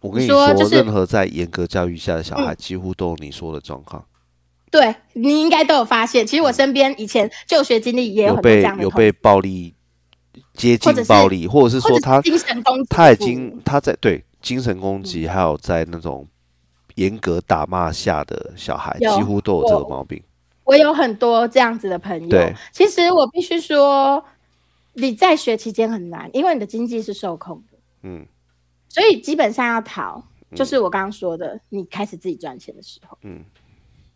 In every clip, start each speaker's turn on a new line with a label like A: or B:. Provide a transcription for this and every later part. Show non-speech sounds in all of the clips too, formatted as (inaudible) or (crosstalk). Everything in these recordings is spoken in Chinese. A: 我跟
B: 你
A: 说，
B: 说就是嗯
A: 任何在严格教育下的小孩，几乎都有你说的状况，
B: 对你应该都有发现，其实我身边以前就学经历也
A: 有
B: 很多这
A: 被
B: 样的
A: 有
B: 同学
A: 被暴力接近
B: 或者是
A: 暴力，或者是
B: 或者
A: 说他
B: 精神攻击，
A: 他已经他在对精神攻
B: 嗯
A: 击，还有在那种严格打骂下的小孩，
B: 有
A: 几乎都有这个毛病。
B: 我有很多这样子的朋友
A: 对。
B: 其实我必须说，你在学期间很难，因为你的经济是受控的，
A: 嗯
B: 所以基本上要逃，就是我刚刚说的，你开始自己赚钱的时候，
A: 嗯，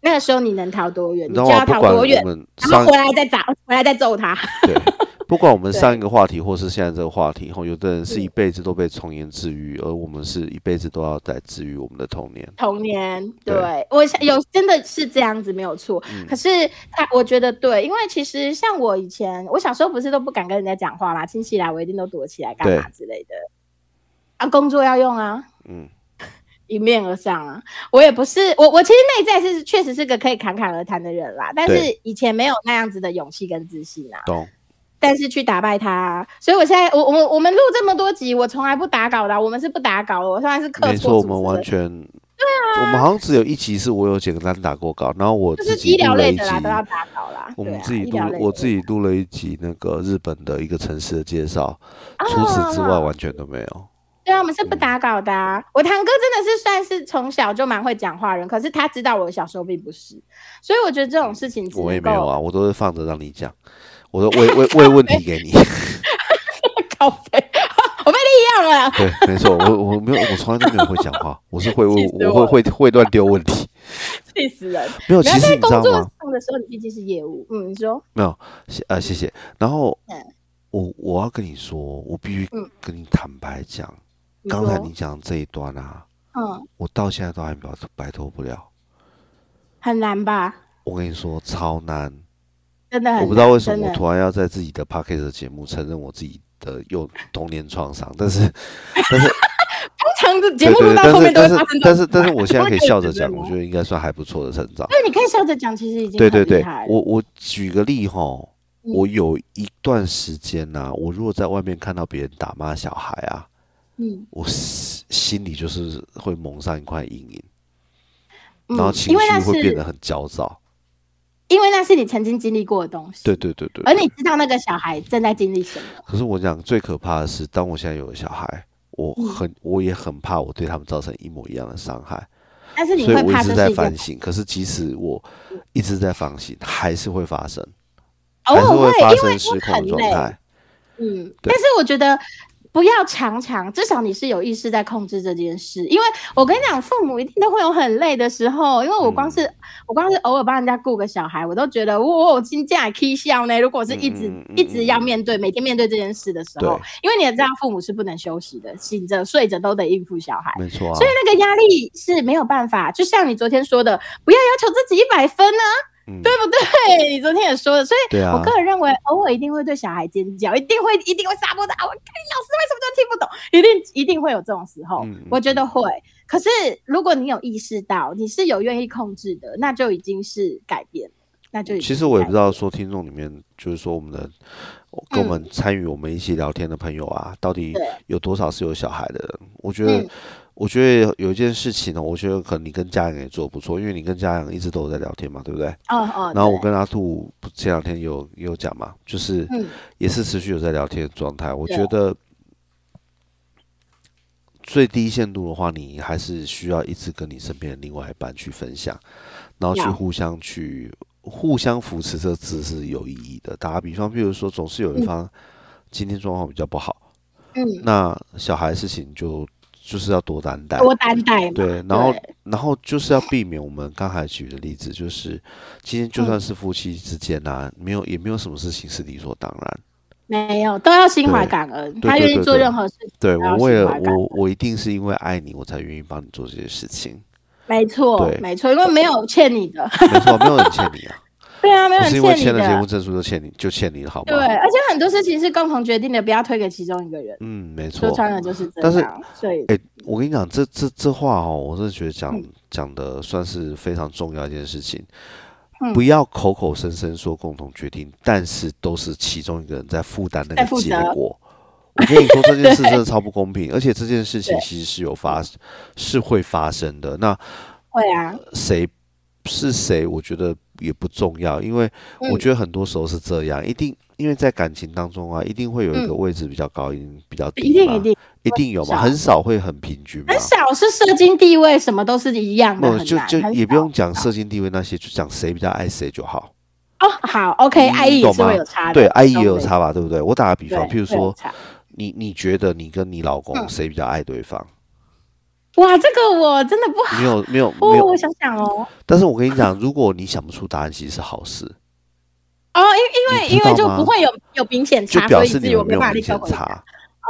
B: 那个时候你能逃多远，
A: 你
B: 你
A: 知
B: 就
A: 道吗？
B: 要
A: 不
B: 逃
A: 管
B: 多
A: 我
B: 远，
A: 们
B: 然
A: 上
B: 后回来再砸，回来再揍他。
A: 对，不管我们
B: 对嗯
A: 上一个话题或是现在这个话题，吼，有的人是一辈子都被童年治愈，而我们是一辈子都要在治愈我们的童年。
B: 童年，对
A: 对嗯
B: 我想有真的是这样子没有错。可是他，我觉得对，因为其实像我以前，我小时候不是都不敢跟人家讲话嘛，亲戚来我一定都躲起来干嘛
A: 对
B: 之类的。啊，工作要用啊，
A: 嗯
B: 迎面而上啊。我也不是我，我其实内在是确实是个可以侃侃而谈的人啦，但是
A: 对
B: 以前没有那样子的勇气跟自信啊。
A: 懂。
B: 但是去打败他，所以我现在我我我们录这么多集，我从来不打稿的啊，我们是不打稿的，我虽然是客
A: 没
B: 座
A: 错，我
B: 主
A: 们
B: 持
A: 完
B: 人
A: 全。我们好像只有一集是我有简单打过稿，然后我
B: 啊就
A: 自
B: 是
A: 己
B: 医疗
A: 录了
B: 类
A: 一
B: 的
A: 集，
B: 啦，都要打稿啦。
A: 我
B: 对
A: 们
B: 啊
A: 自己
B: 医
A: 录
B: 疗
A: 了，
B: 类
A: 我
B: 的
A: 自己录了一集那个日本的一个城市的介绍，
B: 啊
A: 除此之外完全都没有。
B: 对啊，我们是不打稿
A: 嗯
B: 的、啊。我堂哥真的是算是从小就蛮会讲话的人，可是他知道我小时候并不是，所以我觉得这种事情只
A: 我也
B: 能
A: 没有
B: 够
A: 啊，我都是放着让你讲，我都问问问问题给你。
B: 靠背， (laughs) 我被利用了。
A: 对，没错，我我没有，我从来都没有会讲话，我是会问
B: 气，死
A: 我
B: 我
A: 会会会乱丢问题。
B: 气死人！
A: 没有，
B: 然
A: 哦其实
B: 后
A: 你
B: 在
A: 知
B: 工
A: 道
B: 作
A: 吗？
B: 上的时候，你毕竟是业务，嗯，你说
A: 没有，谢呃，谢谢。然后
B: 嗯
A: 我我要跟你说，我必须
B: 嗯
A: 跟你坦白讲，
B: 你
A: 刚才
B: 说，
A: 你讲这一段啊，
B: 嗯，
A: 我到现在都还摆脱摆脱不了。
B: 很难吧？
A: 我跟你说，超难。
B: 真的很难，
A: 我不知道为什
B: 真
A: 么
B: 的
A: 我突然要在自己的 p o d c a s t 节目承认我自己的幼童年创伤，但是
B: 通常这节
A: 对
B: 目录
A: 对对，
B: 到
A: 但
B: 后面
A: 是
B: 都会
A: 但
B: 发生
A: 是
B: 这
A: 但
B: 种。
A: 是但是我现在可以笑着讲，
B: (laughs)
A: 我
B: 我也
A: 觉得应该算还不错的成长。
B: 对，你可以笑着讲，其实已经
A: 对
B: 很
A: 对
B: 厉
A: 对
B: 害，了
A: 我我举个例哈，
B: 嗯
A: 我有一段时间呐、我如果在外面看到别人打骂小孩啊，
B: 嗯
A: 我心心里就是会蒙上一块阴影，然
B: 嗯，
A: 后情
B: 因为
A: 绪
B: 那
A: 会变
B: 是
A: 得很焦躁。
B: 因为那是你曾经经历过的东西。
A: 对对对对
B: 而你知道那个小孩正在经历什么，
A: 可是我讲最可怕的是，当我现在有了小孩，我
B: 嗯
A: 很、我也很怕我对他们造成一模一样的伤害，
B: 但是你
A: 所以
B: 会
A: 我一
B: 怕
A: 直
B: 这
A: 在
B: 是一个
A: 反省。可是即使我一直在反省，还是会发生，
B: 偶
A: 还是会
B: 尔哦会，
A: 发
B: 因为
A: 生失
B: 会
A: 控
B: 很
A: 的状
B: 累，
A: 态。
B: 嗯。
A: 对
B: 但是我觉得不要常常，至少你是有意识在控制这件事，因为我跟你讲，父母一定都会有很累的时候，因为我光是、
A: 嗯
B: 我光是偶尔帮人家顾个小孩，我都觉得哇，我今天也 k 笑呢。如果是一直、
A: 嗯嗯嗯
B: 一直要面对，每天面对这件事的时候
A: 对，
B: 因为你也知道父母是不能休息的，醒着睡着都得应付小孩。
A: 没错啊
B: 所以，那个压力是没有办法，就像你昨天说的，不要要求自己一百分呢、
A: 嗯，
B: 对不对？你昨天也说了，所以
A: 对
B: 我
A: 啊
B: 个，人认为，偶尔一定会对小孩尖叫，一定会一定会撒泼的啊！我看你老师为什么都听不懂？一定一定会有这种时候，
A: 嗯嗯
B: 我觉得会。可是如果你有意识到你是有愿意控制的，那就已经是改变了，那就已经
A: 其实我也不知
B: 道，
A: 道说听众里面，就是说我们的跟我们参与我们一起聊天的朋友啊，到底
B: 嗯对
A: 有多少是有小孩的人？我觉得
B: 嗯，
A: 我觉得有一件事情呢，我觉得可能你跟家人也做得不错，因为你跟家人一直都有在聊天嘛，对不对？
B: 哦哦，
A: 然后我
B: 对
A: 跟阿兔不前两天也有也有讲嘛，就是
B: 嗯
A: 也是持续有在聊天的状态。我
B: 对
A: 觉得最低限度的话，你还是需要一直跟你身边的另外一半去分享，然后去
B: 要
A: 互相去互相扶持，这字是有意义的。打个比方，譬如说，总是有一
B: 嗯
A: 方今天状况比较不好，
B: 嗯，
A: 那小孩事情就就是要多担待。
B: 多担待嘛，
A: 对，然后
B: 对
A: 然后就是要避免我们刚才举的例子，就是今
B: 嗯
A: 天就算是夫妻之间啊，没有也没有什么事情是理所当然。
B: 没有都要心怀
A: 对
B: 感恩，
A: 对
B: 他
A: 对
B: 愿意
A: 对
B: 做
A: 对
B: 任何事情，
A: 对
B: 都要
A: 我为
B: 心
A: 了
B: 怀啊感
A: 我我一定是因为爱你，我才愿意帮你做这些事情。
B: 没错
A: 对
B: 没错，因为没有欠你的，
A: 没错，没有人欠你啊，
B: 对 (laughs) 啊，没有
A: 不
B: 人
A: 是因为
B: 欠你
A: 签了结
B: 的
A: 婚。证书就欠你就欠你了，好吗
B: 对，？而且很多事情是共同决定的，不要推给其中一个人。
A: 嗯，没错
B: 说。穿了就是这
A: 但是
B: 样，所以
A: 哎、我跟你讲，这这这话哦，我真的觉得讲
B: 嗯
A: 讲的算是非常重要一件事情。
B: 嗯
A: 不要口口声声说共同决定，但是都是其中一个人在负担那
B: 在
A: 个
B: 负
A: 结
B: 责
A: 果。我跟你说，这件事真的超不公
B: (laughs)
A: 平，而且这件事情其实是有发，是会发生的。那
B: 会啊，
A: 谁是谁，我觉得也不重要，因为
B: 嗯
A: 我觉得很多时候是这样，一定因为在感情当中啊，一定会有一个位置比较高，哎一定比较低
B: 一定
A: 嘛
B: 嗯一定，
A: 一定有
B: 很
A: 嘛，
B: 少
A: 很少会很平均嘛
B: 很。少是社经地位什么都是一样的，
A: 那
B: 很
A: 哦就
B: 难
A: 就
B: 很
A: 也不
B: 少嗯
A: 用讲社经地位那些，就讲谁比较爱谁就好。
B: 哦。好，OK，
A: 你
B: 爱意也
A: 嗯懂
B: 是
A: 吗
B: 会有差的，
A: 对，爱意
B: 啊都
A: 也有
B: 会，
A: 差吧，对不对？我打个比
B: 对嗯
A: 方，譬如
B: 会有
A: 说，
B: 差
A: 你你觉得你跟你老公谁比较爱对方？
B: 哇，这个我真的不好
A: 没有没有没
B: 哦，我
A: 有，
B: 想想哦，
A: 但是我跟你讲，如果你想不出答案，其实是好事，
B: 哦，因因
A: 你
B: 为
A: 知
B: 因为
A: 道
B: 就
A: 吗
B: 不会有有明显
A: 就
B: 差，
A: 表
B: 所以
A: 示
B: 至
A: 你
B: 于我
A: 们没有
B: 没办法立
A: 明
B: 刻
A: 显
B: 回答。
A: 差。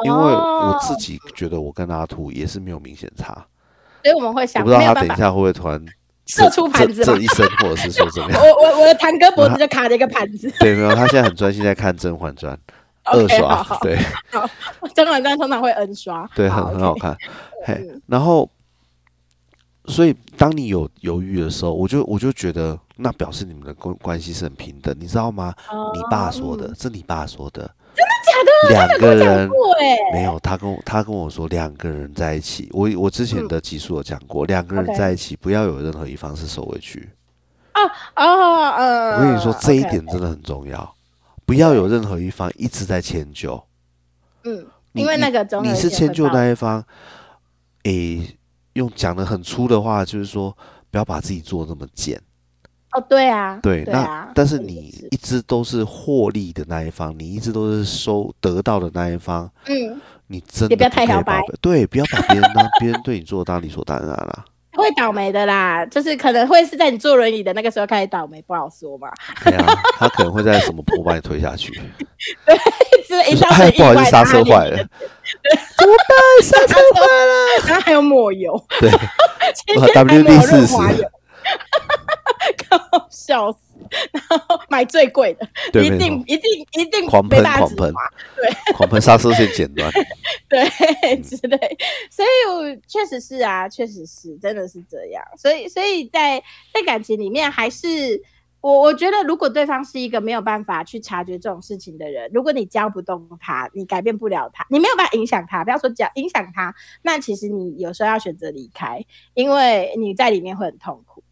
A: 因为我
B: 哦
A: 自己觉得我跟阿兔也是没有明显差，
B: 所以我们会
A: 我
B: 想
A: 不知道
B: 没有
A: 他
B: 办
A: 等一
B: 法
A: 下会不会突然
B: 射出盘子
A: 这
B: 嘛
A: 这。一声，或者是说怎么
B: (laughs) 我
A: 样？ (laughs)
B: 我我的堂哥脖子就卡着一个盘子，
A: 对，没有，他现在很专心在看《甄嬛传》二
B: (laughs) OK，好
A: 刷
B: (laughs) 好，
A: 对
B: 甄嬛传通常会 N 刷，
A: 对，很
B: 好
A: 很好看。嘿，然后，所以当你有犹豫的时候，我就我就觉得那表示你们的关关系是很平等，你知道吗？你
B: 哦
A: 爸说
B: 嗯
A: 的，这你爸说的，真的假的？两个人
B: 对，
A: 没有，他跟我他跟我说两个人在一起，我我之前的集数有讲过，两个人
B: OK
A: 在一起不要有任何一方是受委屈。
B: 哦，嗯，
A: 我跟你说这一
B: OK，
A: 点真的很重要，不要有任何一方一直在迁就。
B: 嗯，
A: 你
B: 因为
A: 你
B: 那个总
A: 你
B: 有一
A: 是
B: 天
A: 迁
B: 会
A: 就
B: 爆
A: 那一方，诶、用讲的很粗的话，就是说不要把自己做那么贱。
B: 哦，对啊，
A: 对，
B: 啊
A: 那，但是
B: 这个也
A: 你一直都是获利的那一方，你一直都是收得到的那一方，
B: 嗯，
A: 你真的
B: 也不要太
A: 可以
B: 摇摆
A: 把对，不要把别人当 (laughs) 别人对你做的当理所当然啊啦、
B: 会倒霉的啦，就是可能会是在你坐轮椅的那个时候开始倒霉，不好说嘛。 (laughs)
A: 对啊，他可能会在什么坡把你推下去，
B: 是一
A: 就
B: 造
A: 说 (laughs)
B: 成
A: 哎，
B: 意
A: 不好意
B: 外，
A: 思，刹
B: 然后他
A: 车
B: 连
A: 坏了，
B: 刹车坏 (laughs) 了，然后还有抹油，
A: (laughs) 对，
B: 前
A: 哇
B: 天还抹
A: WD 四
B: 润
A: 十，
B: 滑油， (laughs) 搞笑死。然后买最贵的，
A: 对，
B: 一
A: 没
B: 定
A: 错，
B: 一定一定
A: 狂
B: 没
A: 喷
B: 办法
A: 狂
B: 止
A: 喷
B: 滑，
A: 狂喷刹车线剪
B: (laughs)
A: 断，
B: 对之类，所以我确实是啊，确实是，真的是这样。所以，所以在在感情里面，还是我我觉得，如果对方是一个没有办法去察觉这种事情的人，如果你教不动他，你改变不了他，你没有办法影响他，不要说讲影响他，那其实你有时候要选择离开，因为你在里面会很痛苦。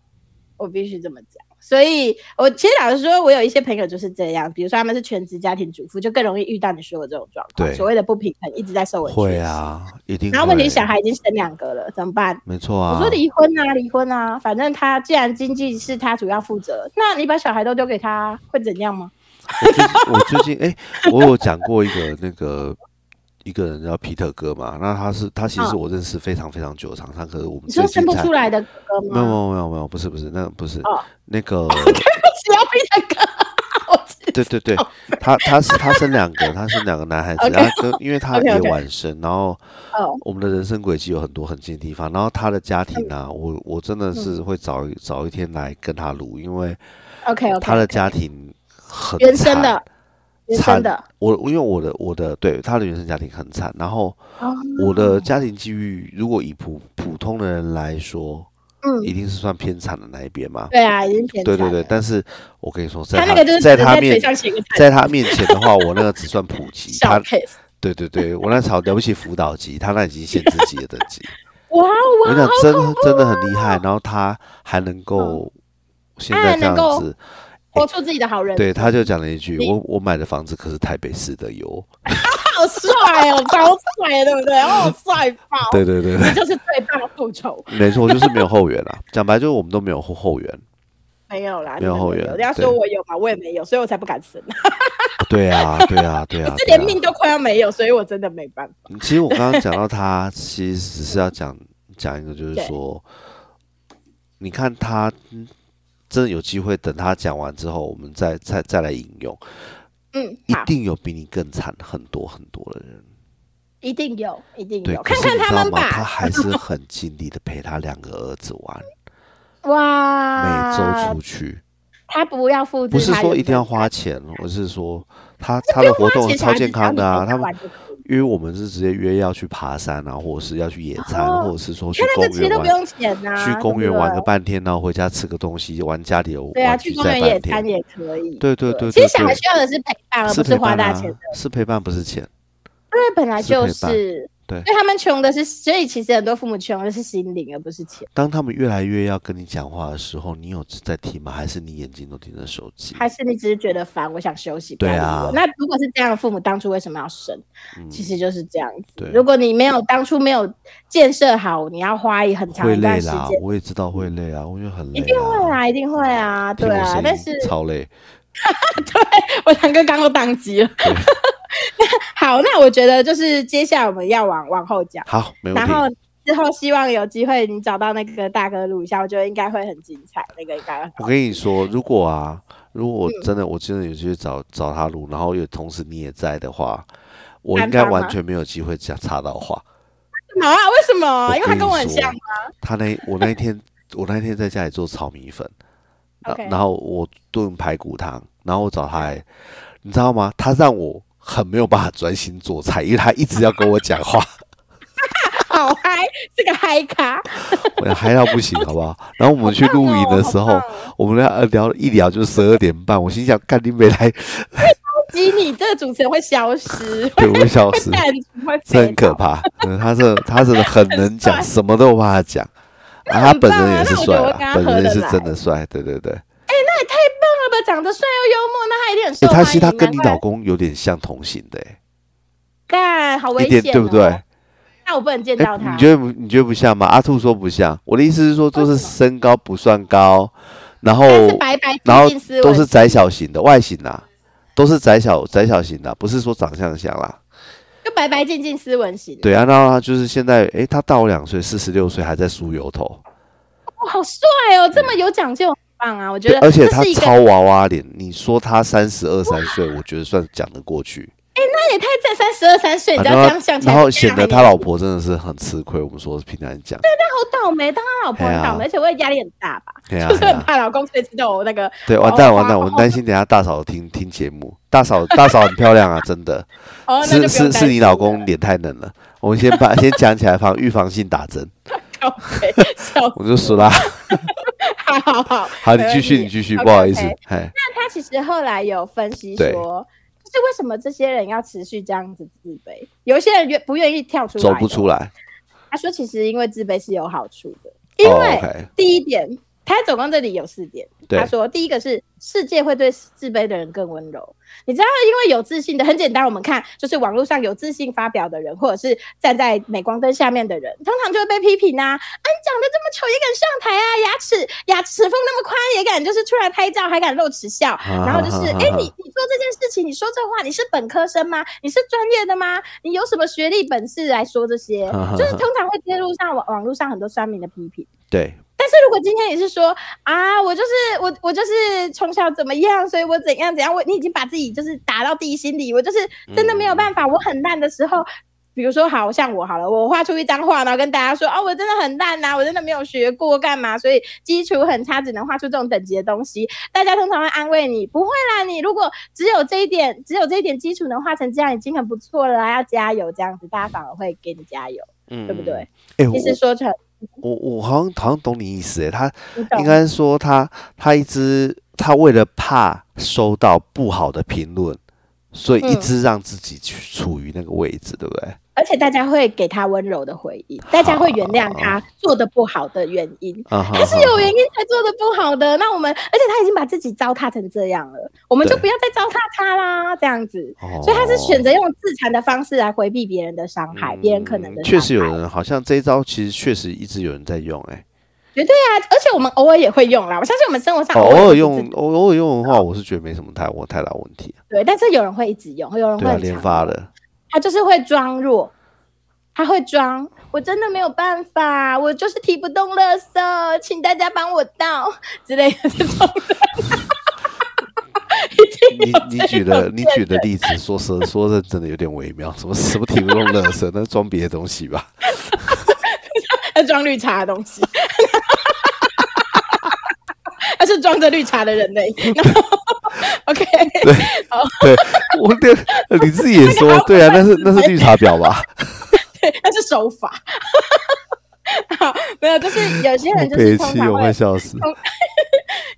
B: 我必须这么讲。所以我其实老实说，我有一些朋友就是这样，比如说他们是全职家庭主妇，就更容易遇到你说的这种状况，
A: 对
B: 所谓的不平衡一直在受委屈。
A: 会。啊，一定会。
B: 然后问题小孩已经生两个了，怎么办？
A: 没错啊，
B: 我说离婚啊，离婚啊，反正他既然经济是他主要负责，那你把小孩都丢给他，会怎样吗？
A: 我最近我最近哎、我有讲过一个那个一个人叫皮特哥嘛，那他是他其实是
B: 嗯
A: 我认识非常非常久的厂商，可是我们
B: 你
A: 最
B: 说生
A: 近
B: 不
A: 才
B: 出来的哥哥
A: 没有没
B: (laughs) 吗？
A: 有没有没有，不是不是，那不是、
B: 哦
A: 那个，
B: 只要逼他哥，我知
A: 对对对，他他是他生两个，他生两个男孩子，
B: OK
A: 然后跟因为他
B: OK，OK
A: 也晚生，然后
B: 道。哦
A: 我们的人生轨迹有很多很近的地方，然后他的家庭啊，我我真
B: 嗯
A: 的是会早一早一天来跟他录，因为
B: OK OK，
A: 他的家庭很
B: 原生
A: 惨
B: 的，原
A: 惨
B: 生的，
A: 我因为我的我的对他的原生家庭很惨，然后
B: 哦
A: 我的家庭际遇，如果以普普通的人来说，
B: 嗯，
A: 一定是算偏惨的那一边嘛。
B: 对啊，已经偏
A: 对
B: 惨
A: 对对，
B: 了，
A: 但是我跟你说，在
B: 他那个就是
A: 在
B: 只能
A: 他
B: 嘴
A: 面
B: 上写个惨
A: 在他面前的话，我那个只算普及。
B: (laughs) 小
A: 他
B: case。
A: 对对对，我那好了不起辅导级，他那已经限制级的等级。
B: 哇
A: 我跟你
B: (laughs) 哇
A: 讲，真的
B: 啊
A: 真的很厉害，然后他还能够现
B: 他
A: 在
B: 还
A: 这样
B: 嗯哎能够
A: 子，
B: 活出自己的好人，
A: 对，他就讲了一句：“
B: 你
A: 我我买的房子可是台北市的哟。
B: 哦好帅哦，超帅，对不对？哦，帅爆”，
A: 对对对对
B: 这就是最棒的复仇。
A: 没错，就是没有后援啦。讲白就是我们都没有后后援。
B: (laughs) 没有啦，
A: 没有
B: 你们
A: 后援
B: 人家说
A: 对
B: 我有嘛，我也没有，所以我才不敢生。啊
A: 对啊，对啊，对啊。
B: (laughs) 这
A: 对啊
B: 连命都快要没有，所以我真的没办法。
A: 嗯其实我刚刚讲到他，其实只是要讲讲一个，就是
B: 对
A: 说，你看他嗯真的有机会，等他讲完之后，我们再再再来引用，
B: 嗯，
A: 一
B: 好，
A: 定有比你更惨很多很多的人。
B: 一定有，一定
A: 对，
B: 有，
A: 可是
B: 看看
A: 你知
B: 他
A: 道
B: 们
A: 吗？他
B: 吧。
A: 还
B: (laughs)
A: 是很尽力的陪他两个儿子玩，每周
B: 哇，
A: 出去，
B: 他啊不要复制，
A: 不是
B: 他
A: 说
B: 有
A: 一定要花钱，我是说他他的活动
B: 花钱
A: 超健康的啊，
B: 小孩子
A: 他
B: 只要你陪他
A: 们
B: 玩就可以
A: 因为我们是直接约要去爬山啊，或者是要去野餐，
B: 哦
A: 或者是说去
B: 看那
A: 公
B: 个其实
A: 园
B: 都不
A: 玩。
B: 用啊钱呐，
A: 去公园玩个
B: 对不对
A: 半天，然后回家吃个东西，玩家里的
B: 对啊，
A: 玩具
B: 去公
A: 再
B: 园野
A: 半
B: 餐
A: 天。
B: 也可以。
A: 对对对对
B: 其实小
A: 对
B: 孩需要的是陪伴，而
A: 是
B: 不是
A: 陪
B: 花
A: 伴
B: 大
A: 啊
B: 钱的。，
A: 是陪伴，不是钱。
B: 因为本来就是
A: 陪伴
B: 是，
A: 对
B: 所以他们穷的是，所以其实很多父母穷的是心灵，而不是钱，
A: 当他们越来越要跟你讲话的时候，你有在听吗？还是你眼睛都盯着手机？
B: 还是你只是觉得烦，我想休息。
A: 对
B: 不要理
A: 啊
B: 我那如果是这样的父母，当初为什么要生？
A: 嗯
B: 其实就是这样子
A: 对。
B: 如果你没有当初没有建设好，你要花一很长
A: 会
B: 一段
A: 累
B: 时间
A: 啦，，我也知道会累啊，我觉得很累、
B: 一
A: 啊，
B: 定会啊，一定会啊，
A: 听
B: 对
A: 我
B: 啊
A: 声。
B: 但
A: 音
B: 是
A: 超累，
B: 我堂哥刚刚都宕机了。
A: 对
B: 好， (laughs) 那我觉得就是接下来我们要往往后讲，
A: 好，没问
B: 然
A: 题，
B: 后之后希望有机会你找到那个大哥录一下，我觉得应该会很精彩，那个应该会很
A: (laughs) 我跟你说，如果啊，如
B: 嗯
A: 果我真的、我真的有去找找他录，然后也同时你也在的话，我应该
B: 安排吗
A: 完全没有机会讲插到话。
B: 好啊？为什么？因为他
A: 跟
B: 跟我很
A: 你说
B: 像。
A: 他那我那一天我那一天在家里做炒米粉，然
B: OK
A: 然后我炖排骨汤，然后我找他来，你知道吗？他让我很没有办法专心做菜，因为他一直要跟我讲话， (laughs)
B: 好嗨，是个嗨咖。
A: 我嗨到不行，好不好？然后我们去露营的时候
B: 好棒。哦
A: 我们聊聊一聊就十二点半，我心想，干你没来，
B: 基你这个主持人会消失，
A: 对，我
B: (laughs)
A: 会消
B: 会
A: 失。
B: 淡出会
A: 这
B: 飞
A: 很可
B: 走。
A: 怕。嗯，他是他真的很能
B: (laughs)
A: 讲，什么都有办法讲。啊，他
B: 很
A: 本
B: 棒
A: 人
B: 啊
A: 也是
B: 那我觉
A: 帅
B: 得我
A: 啦
B: 跟他，
A: 本
B: 合
A: 人也
B: 得
A: 是
B: 来
A: 真的帅，对对对。
B: 爸爸长得帅又幽默，那他一定很受
A: 哎，
B: 欢迎。啊
A: 他其实他跟你
B: 难怪
A: 老公有点像同性的，哎
B: 干好危
A: 一
B: 险、
A: 点
B: 哦，
A: 对不对？
B: 那我不能见
A: 哎
B: 到他。
A: 你觉得不你觉得不像吗？阿兔说不像，我的意思是说，都是身高不算高，然后
B: 但是白白
A: 然后
B: 净净斯文
A: 都是窄小型的外形啦，都是窄小窄小型的，啊不是说长相像啦。
B: 就白白净净斯文型，
A: 对啊，然后他就是现在，哎，他大我两岁，四十六岁还在梳油头。
B: 哇，好帅哦，这么有讲究，很棒啊！我觉
A: 对
B: 得，
A: 而且
B: 这
A: 他
B: 是一个，
A: 超娃娃脸，你说他三十二三岁，我觉得算讲得过去。啊
B: 那也太正，三十二三岁，你知
A: 然
B: 道
A: 后
B: 这
A: 他
B: 样想起来，
A: 然后显得他
B: 好
A: 老婆真的是很吃亏。我们说平常讲，
B: 倒霉，当他老婆很
A: 哎呀
B: 倒霉，而且我也压力很大吧，
A: 对啊
B: 就是
A: 对
B: 很
A: 啊，
B: 怕老公随时都有那个，
A: 对，完蛋完蛋，我担心等一下大嫂听听节目，大嫂大嫂很漂亮
B: (laughs)
A: 啊，真的，
B: 哦，那
A: 是
B: 就不用
A: 是
B: 担
A: 是
B: 心
A: 你老公脸太冷了。我们先把 (laughs) 先讲起来，防预防性打针，
B: 靠北笑死，
A: 我就说啦。
B: 好好好，
A: (laughs) 好，你
B: 没
A: 继
B: 问
A: 续，
B: 题
A: 你继续，
B: OK，
A: 不好意思
B: OK，
A: 哎，
B: 那他其实后来有分析
A: 对
B: 说。就是为什么这些人要持续这样子自卑？有一些人愿不愿意跳出来，
A: 走不出
B: 来。
A: 来。
B: 他说，其实因为自卑是有好处的，因
A: 哦
B: 为
A: OK，
B: 第一点，他总共这里有四点。
A: 对
B: 他说，第一个是世界会对自卑的人更温柔。你知道，因为有自信的，很简单，我们看就是网络上有自信发表的人，或者是站在镁光灯下面的人，通常就会被批评啊，啊，你长得这么丑也敢上台啊，牙齿牙齿缝那么宽也敢，就是出来拍照还敢露齿笑，
A: 啊
B: 然后就是，哎、你你做这件事情，你说这话，你是本科生吗？你是专业的吗？你有什么学历本事来说这些？就是通常会揭露上网网络上很多酸民的批评。
A: 对，
B: 但是如果今天你是说啊，我就是我我就是从小怎么样，所以我怎样怎样，我你已经把自己就是打到地心里，我就是真的没有办法，我很烂的时候。比如说，好像我好了，我画出一张画，然后跟大家说，哦，我真的很烂呐、我真的没有学过，干嘛？所以基础很差，只能画出这种等级的东西。大家通常会安慰你，不会啦，你如果只有这一点，只有这一点基础能画成这样，已经很不错了啦，要加油，这样子，大家反而会给你加油，
A: 嗯
B: 对不对？？
A: 哎，我
B: 其实说成，
A: 我我好像好像懂你意思，哎，他
B: 你懂
A: 应该说他他一直他为了怕收到不好的评论，所以一
B: 嗯
A: 直让自己去处于那个位置，对不对？
B: 而且大家会给他温柔的回应，大家会原谅他做的不好的原因。
A: 啊哈
B: 他是
A: 哈
B: 有
A: 哈
B: 原因才做的不好的，那我们，而且他已经把自己糟蹋成这样了，我们就
A: 对
B: 不要再糟蹋他啦，这样子。
A: 哦
B: 所以他是选择用自残的方式来回避别人的伤害，别人可能的
A: 嗯
B: 伤
A: 确
B: 害。
A: 实有人好像这一招，其实确实一直有人在用，哎，
B: 绝对啊，而且我们偶尔也会用啦。我相信我们生活上
A: 哦偶
B: 会
A: 尔
B: 自
A: 用偶偶尔用的话，我是觉得没什么太我太大问题，
B: 对，但是有人会一直用，有人
A: 对
B: 会
A: 啊，
B: 很哦
A: 连
B: 常
A: 发
B: 用
A: 了，
B: 他就是会装弱，他会装，我真的没有办法，我就是提不动垃圾，请大家帮我倒之类的这种的。一定
A: 你
B: 有
A: 你
B: 这
A: 举
B: 种
A: 的你举的例子，说实说认真的有点微妙，什么什么提不动乐色，那装别的东西吧。
B: 他装绿茶的东西，他是装着绿茶的人类。然后，OK，
A: (laughs) 对，我对你自己也说，对啊，那是那是绿茶婊
B: (laughs)
A: 吧？
B: 对，他是手法。 (laughs) 好，没有，就是有些人
A: 我
B: 就
A: 北
B: 是通
A: 七，
B: 常
A: 我
B: 会
A: 快笑死。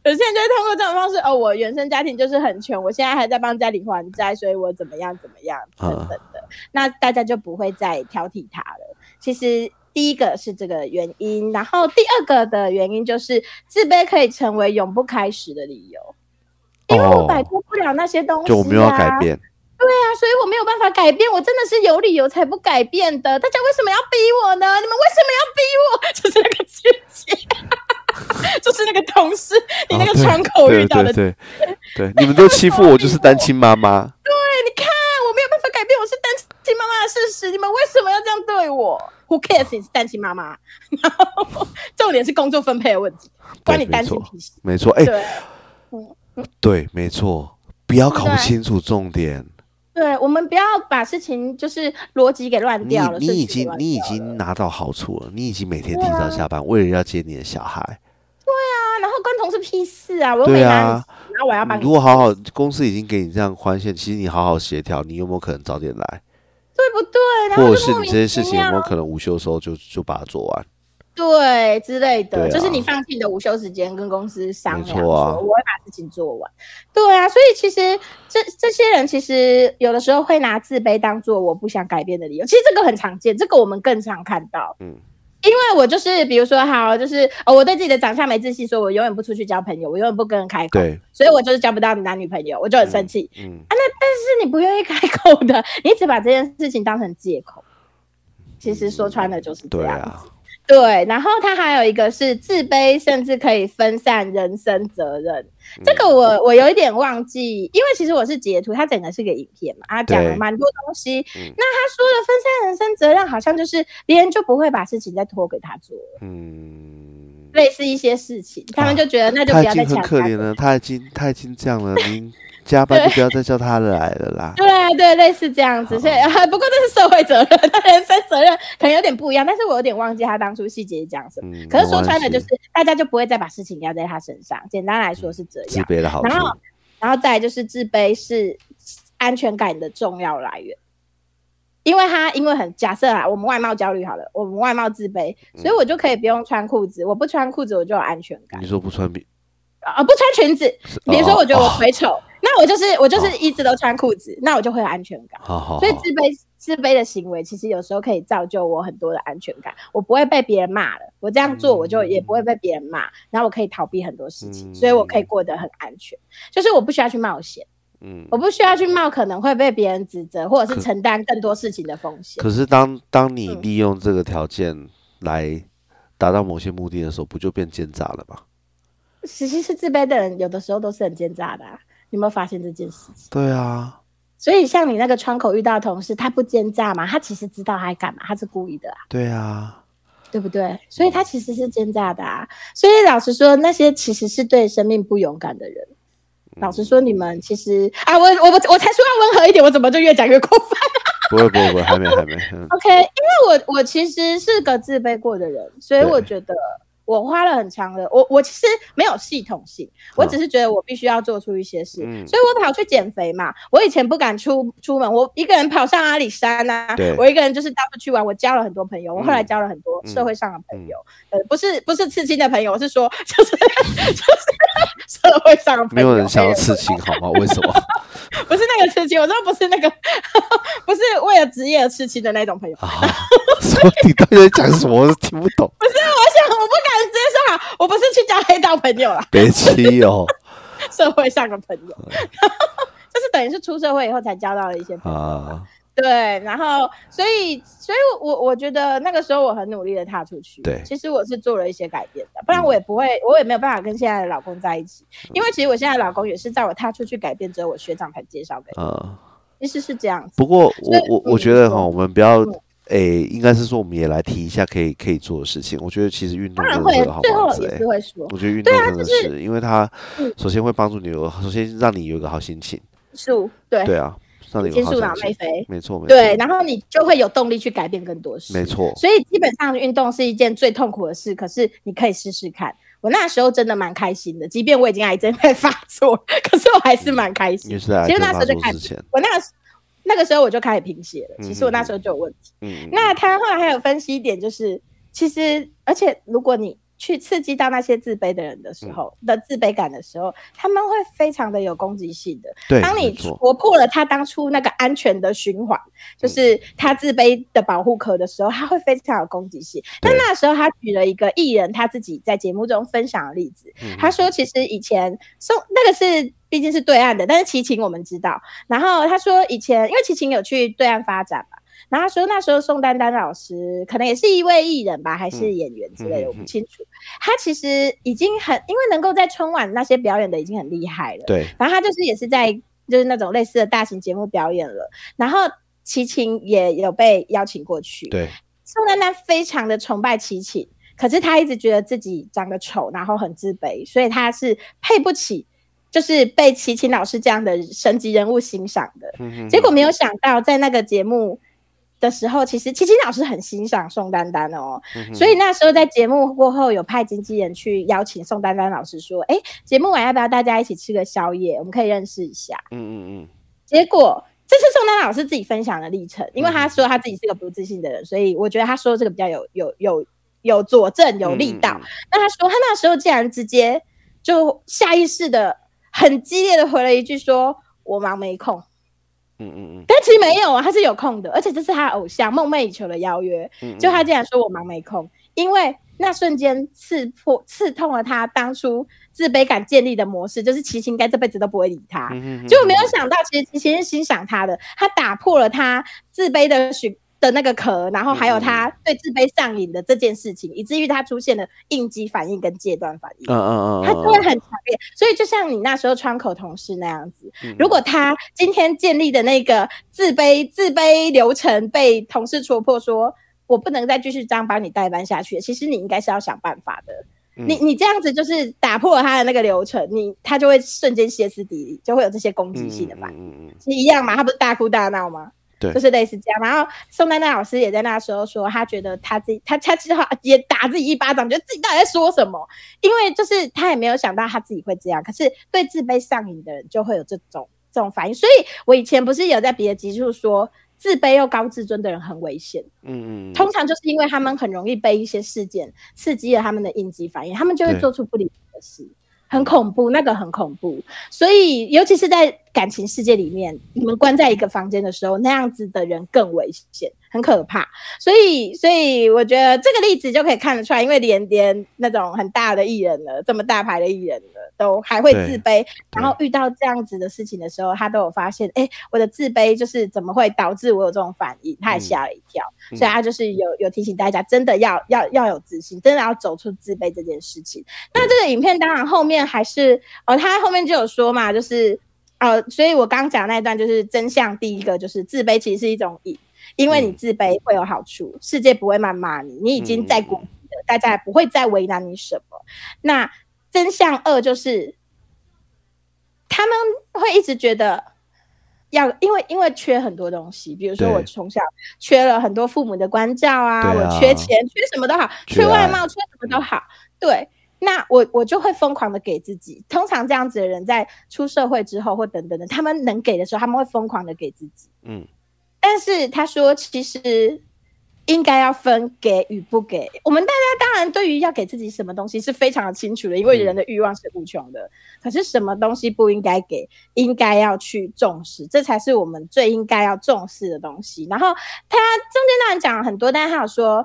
B: 有些人就会通过这种方式，哦，
A: 啊
B: 我原生家庭就是很穷，我现在还在帮家里还债，所以我怎么样怎么样等等的。那大家就不会再挑剔他了。其实第一个是这个原因，然后第二个的原因就是自卑可以成为永不开始的理由，哦因为我摆脱不了那些东西、啊，
A: 哦就我没有要改
B: (laughs)
A: 变。
B: 对啊，所以我没有办法改变，我真的是有理由才不改变的。大家为什么要逼我呢？你们为什么要逼我？ (laughs) 就是那个姐姐，就是那个同事，你那个窗口遇到的，
A: 哦
B: (laughs)
A: 对对对，你们都欺负我，就是单亲妈妈。
B: 对，你看我没有办法改变我是单亲妈妈的事实，你们为什么要这样对我？Who cares？你是单亲妈妈，然后重点是工作分配的问题，关你单亲屁事。
A: 没错，哎，对，没错，不要搞不清楚重点。
B: 对，我们不要把事情就是逻辑给乱掉了。
A: 你你已经你已经拿到好处了，你已经每天提早下班，啊、为了要接你的小孩。
B: 对啊，然后关同事屁事啊！我又没拿、啊，然后我要把你。
A: 如果好好，公司已经给你这样宽限，其实你好好协调，你有没有可能早点来？
B: 对不对？啊然
A: 后或者是你这些事情有没有可能午休的时候就就把它做
B: 啊
A: 完？
B: 对，之类的，啊、就是你放弃你的午休时间，跟公司商量说，
A: 啊、
B: 我会把事情做完。对啊，所以其实这这些人其实有的时候会拿自卑当做我不想改变的理由，其实这个很常见，这个我们更常看到。嗯，因为我就是比如说，好，就是哦，我对自己的长相没自信，说我永远不出去交朋友，我永远不跟人开口，所以我就是交不到男女朋友，我就很生气。嗯、 (laughs) 嗯、啊，那但是你不愿意开口的，你只把这件事情当成借口。其实说穿了就是这样。嗯對啊对，然后他还有一个是自卑，甚至可以分散人生责任。嗯、这个我我有一点忘记，因为其实我是截图，它整个是个影片嘛，他讲了蛮多东西。嗯、那他说的分散人生责任，好像就是别人就不会把事情再拖给他做了。嗯，类似一些事情，他们就觉得那就不要再强、啊、
A: 可怜了，他已经他已经这样了，您。 (laughs) 加班就不要再叫他来了啦。
B: (laughs) 对啊，对，类似这样子，所以、 (laughs) 啊、不过这是社会责任，他人生责任可能有点不一样，但是我有点忘记他当初细节讲什么。嗯、可是说穿了就是，大家就不会再把事情压在他身上。简单来说是这样。
A: 自卑的好处。
B: 然后，然后再就是自卑是安全感的重要来源，因为他因为很假设啊，我们外貌焦虑好了，我们外貌自卑，所以我就可以不用穿裤子，我不穿裤子我就有安全感。
A: 你说不穿比
B: 啊、哦，不穿裙子，比如说我觉得我腿丑。嗯哦哦哦那我就是我就是一直都穿裤子，那我就会有安全感。
A: 好好好
B: 所以自卑自卑的行为，其实有时候可以造就我很多的安全感。我不会被别人骂了，我这样做我就也不会被别人骂，嗯、然后我可以逃避很多事情，嗯、所以我可以过得很安全。就是我不需要去冒险，嗯，我不需要去冒可能会被别人指责或者是承担更多事情的风险。
A: 可是当当你
B: 嗯
A: 利用这个条件来达到某些目的的时候，不就变奸诈了吗？
B: 其实是自卑的人，有的时候都是很奸诈的、啊。你有没有发现这件事情？
A: 对啊，
B: 所以像你那个窗口遇到同事，他不奸诈嘛，他其实知道他干嘛，他是故意的啊。
A: 对啊，
B: 对不对？所以他其实是奸诈的啊。所以老实说，那些其实是对生命不勇敢的人。嗯、老实说，你们其实啊，我我我才说要温和一点，我怎么就越讲越过分？
A: 不会不会不会，还没还没。嗯
B: (laughs) OK，因为我我其实是个自卑过的人，所以我觉得。我花了很长的，我我其实没有系统性，我
A: 嗯
B: 只是觉得我必须要做出一些事，嗯、所以我跑去减肥嘛。我以前不敢出出门，我一个人跑上阿里山啊，我一个人就是到处去玩。我交了很多朋
A: 嗯
B: 友，我后来交了很多社会上的朋友，嗯嗯、呃，不是不是刺青的朋友，我是说 (laughs) 就是就是社会上的朋友。
A: 没有人想要刺青好吗？为什
B: (laughs)
A: 么？ (laughs)
B: 不是那个刺青，我说不是那个， (laughs) 不是为了职业而刺青的那种朋友。
A: 啊、 (laughs) 所以你到底在讲什么？我听不懂。
B: 不是，我想我不敢。直接说好，我不是去交黑道朋友啦，
A: 别气哦，
B: 社会上的朋友，
A: 嗯
B: 然后 (laughs) 就是等于是出社会以后才交到了一些朋友，啊、对，然后所以所以我我觉得那个时候我很努力的踏出去，
A: 对，
B: 其实我是做了一些改变的，不然我也不会，嗯、我也没有办法跟现在的老公在一起，
A: 嗯
B: 因为其实我现在的老公也是在我踏出去改变之后，我学长才介绍给我，啊、其实是这样子。
A: 呃不过我我我觉得哈，我们不要。嗯诶、欸，应该是说我们也来提一下可以可以做的事情。我觉得其实运动真的是个好
B: 方
A: 式、欸。
B: 会说，
A: 我觉得运动真的
B: 是，啊就是、
A: 因为它首先会帮助你有，首先让你有一个好心情。
B: 素对
A: 对啊，让你
B: 金素脑内啡，
A: 没错没错。
B: 对，然后你就会有动力去改变更多事。
A: 没错，
B: 所以基本上运动是一件最痛苦的事，可是你可以试试看。我那时候真的蛮开心的，即便我已经癌症快发作， (laughs) 可是我还是蛮开心。
A: 嗯、是其
B: 实那时候就
A: 开始，
B: 我那个。那个时候我就开始贫血了，其实我
A: 嗯
B: 那时候就有问题。嗯、那他后来还有分析一点，就是其实，而且如果你去刺激到那些自卑的人的时候、
A: 嗯
B: 的自卑感的时候，他们会非常的有攻击性的。
A: 对，
B: 当你
A: 没错嗯
B: 戳破了他当初那个安全的循环，就是他自卑的保护壳的时候，他会非常有攻击性。但
A: 对
B: 那时候他举了一个艺人他自己在节目中分享的例子，
A: 嗯
B: 他说其实以前送那个是毕竟是对岸的，但是齐秦我们知道。然后他说以前因为齐秦有去对岸发展嘛。然后他说那时候宋丹丹老师可能也是一位艺人吧，还是演员之类
A: 嗯嗯
B: 的，
A: 嗯
B: 我不清楚。他其实已经很，因为能够在春晚那些表演的已经很厉害了。
A: 对，
B: 然后他就是也是在就是那种类似的大型节目表演了，然后齐秦也有被邀请过去。
A: 对，
B: 宋丹丹非常的崇拜齐秦，可是她一直觉得自己长得丑，然后很自卑，所以她是配不起，就是被齐秦老师这样的神级人物欣赏的。
A: 嗯哼
B: 结果没有想到，在那个节目的时候，其实齐秦老师很欣赏宋丹丹哦，
A: 嗯哼
B: 所以那时候在节目过后，有派经纪人去邀请宋丹丹老师说：“哎，节目完要不要大家一起吃个宵夜？我们可以认识一下。”
A: 嗯嗯
B: 结果这是宋丹老师自己分享的历程，
A: 嗯
B: 因为他说他自己是个不自信的人，所以我觉得他说这个比较有有有有佐证有力道。
A: 嗯嗯
B: 那他说他那时候竟然直接就下意识的很激烈的回了一句说：“我忙没空。”
A: 嗯嗯嗯
B: 但其实没有啊，他是有空的，而且这是他的偶像梦寐以求的邀约。
A: 嗯，嗯
B: 就他竟然说我忙没空，因为那瞬间刺破刺痛了他当初自卑感建立的模式，就是齐秦应该这辈子都不会理他。
A: 嗯哼哼
B: 结果没有想到，其实齐秦是欣赏他的，他打破了他自卑的许的那个壳，然后还有
A: 嗯
B: 他对自卑上瘾的这件事情，以至于他出现了应激反应跟戒断反应。
A: 嗯嗯嗯，
B: 他就会很强烈，所以就像你那时候窗口同事那样子，
A: 嗯
B: 如果他今天建立的那个自卑自卑流程被同事戳破说我不能再继续这样帮你代班下去，其实你应该是要想办法的。
A: 嗯
B: 你你这样子就是打破了他的那个流程，你他就会瞬间歇斯底里，就会有这些攻击性的反应。
A: 应，
B: 是一样嘛，他不是大哭大闹吗？
A: 对
B: 就是类似这样。然后宋丹丹老师也在那时候说，他觉得他自己，他他之后也打自己一巴掌，觉得自己到底在说什么？因为就是他也没有想到他自己会这样，可是对自卑上瘾的人就会有这种这种反应。所以我以前不是有在别的集数说，自卑又高自尊的人很危险，
A: 嗯嗯嗯，
B: 通常就是因为他们很容易被一些事件刺激了他们的应激反应，他们就会
A: 对
B: 做出不理智的事，很恐怖，那个很恐怖。所以，尤其是在感情世界里面，你们关在一个房间的时候，那样子的人更危险，很可怕。所以，所以我觉得这个例子就可以看得出来，因为连连那种很大的艺人了，这么大牌的艺人了，都还会自卑，然后遇到这样子的事情的时候，他都有发现，哎、我的自卑就是怎么会导致我有这种反应，他也吓了一跳。所以他就是有有提醒大家，真的要要要有自信，真的要走出自卑这件事情。那这个影片当然后面还是呃，他后面就有说嘛，就是呃，所以我刚讲那一段就是真相，第一个就是自卑其实是一种瘾，因为你
A: 嗯
B: 自卑会有好处，世界不会谩骂你，你已经在鼓励了，大家也不会再为难你什么。那真相二就是他们会一直觉得要，因为因为缺很多东西，比如说
A: 对
B: 我从小缺了很多父母的关照啊，
A: 对啊
B: 我缺钱，缺什么都好，
A: 缺
B: 缺
A: 爱
B: 外貌，缺什么都好，对。那我我就会疯狂的给自己，通常这样子的人在出社会之后或等等的，他们能给的时候，他们会疯狂的给自己。
A: 嗯
B: 但是他说，其实应该要分给与不给。我们大家当然对于要给自己什么东西是非常的清楚的，因为
A: 嗯
B: 人的欲望是无穷的。可是什么东西不应该给，应该要去重视，这才是我们最应该要重视的东西。然后他中间当然讲了很多，但是他有说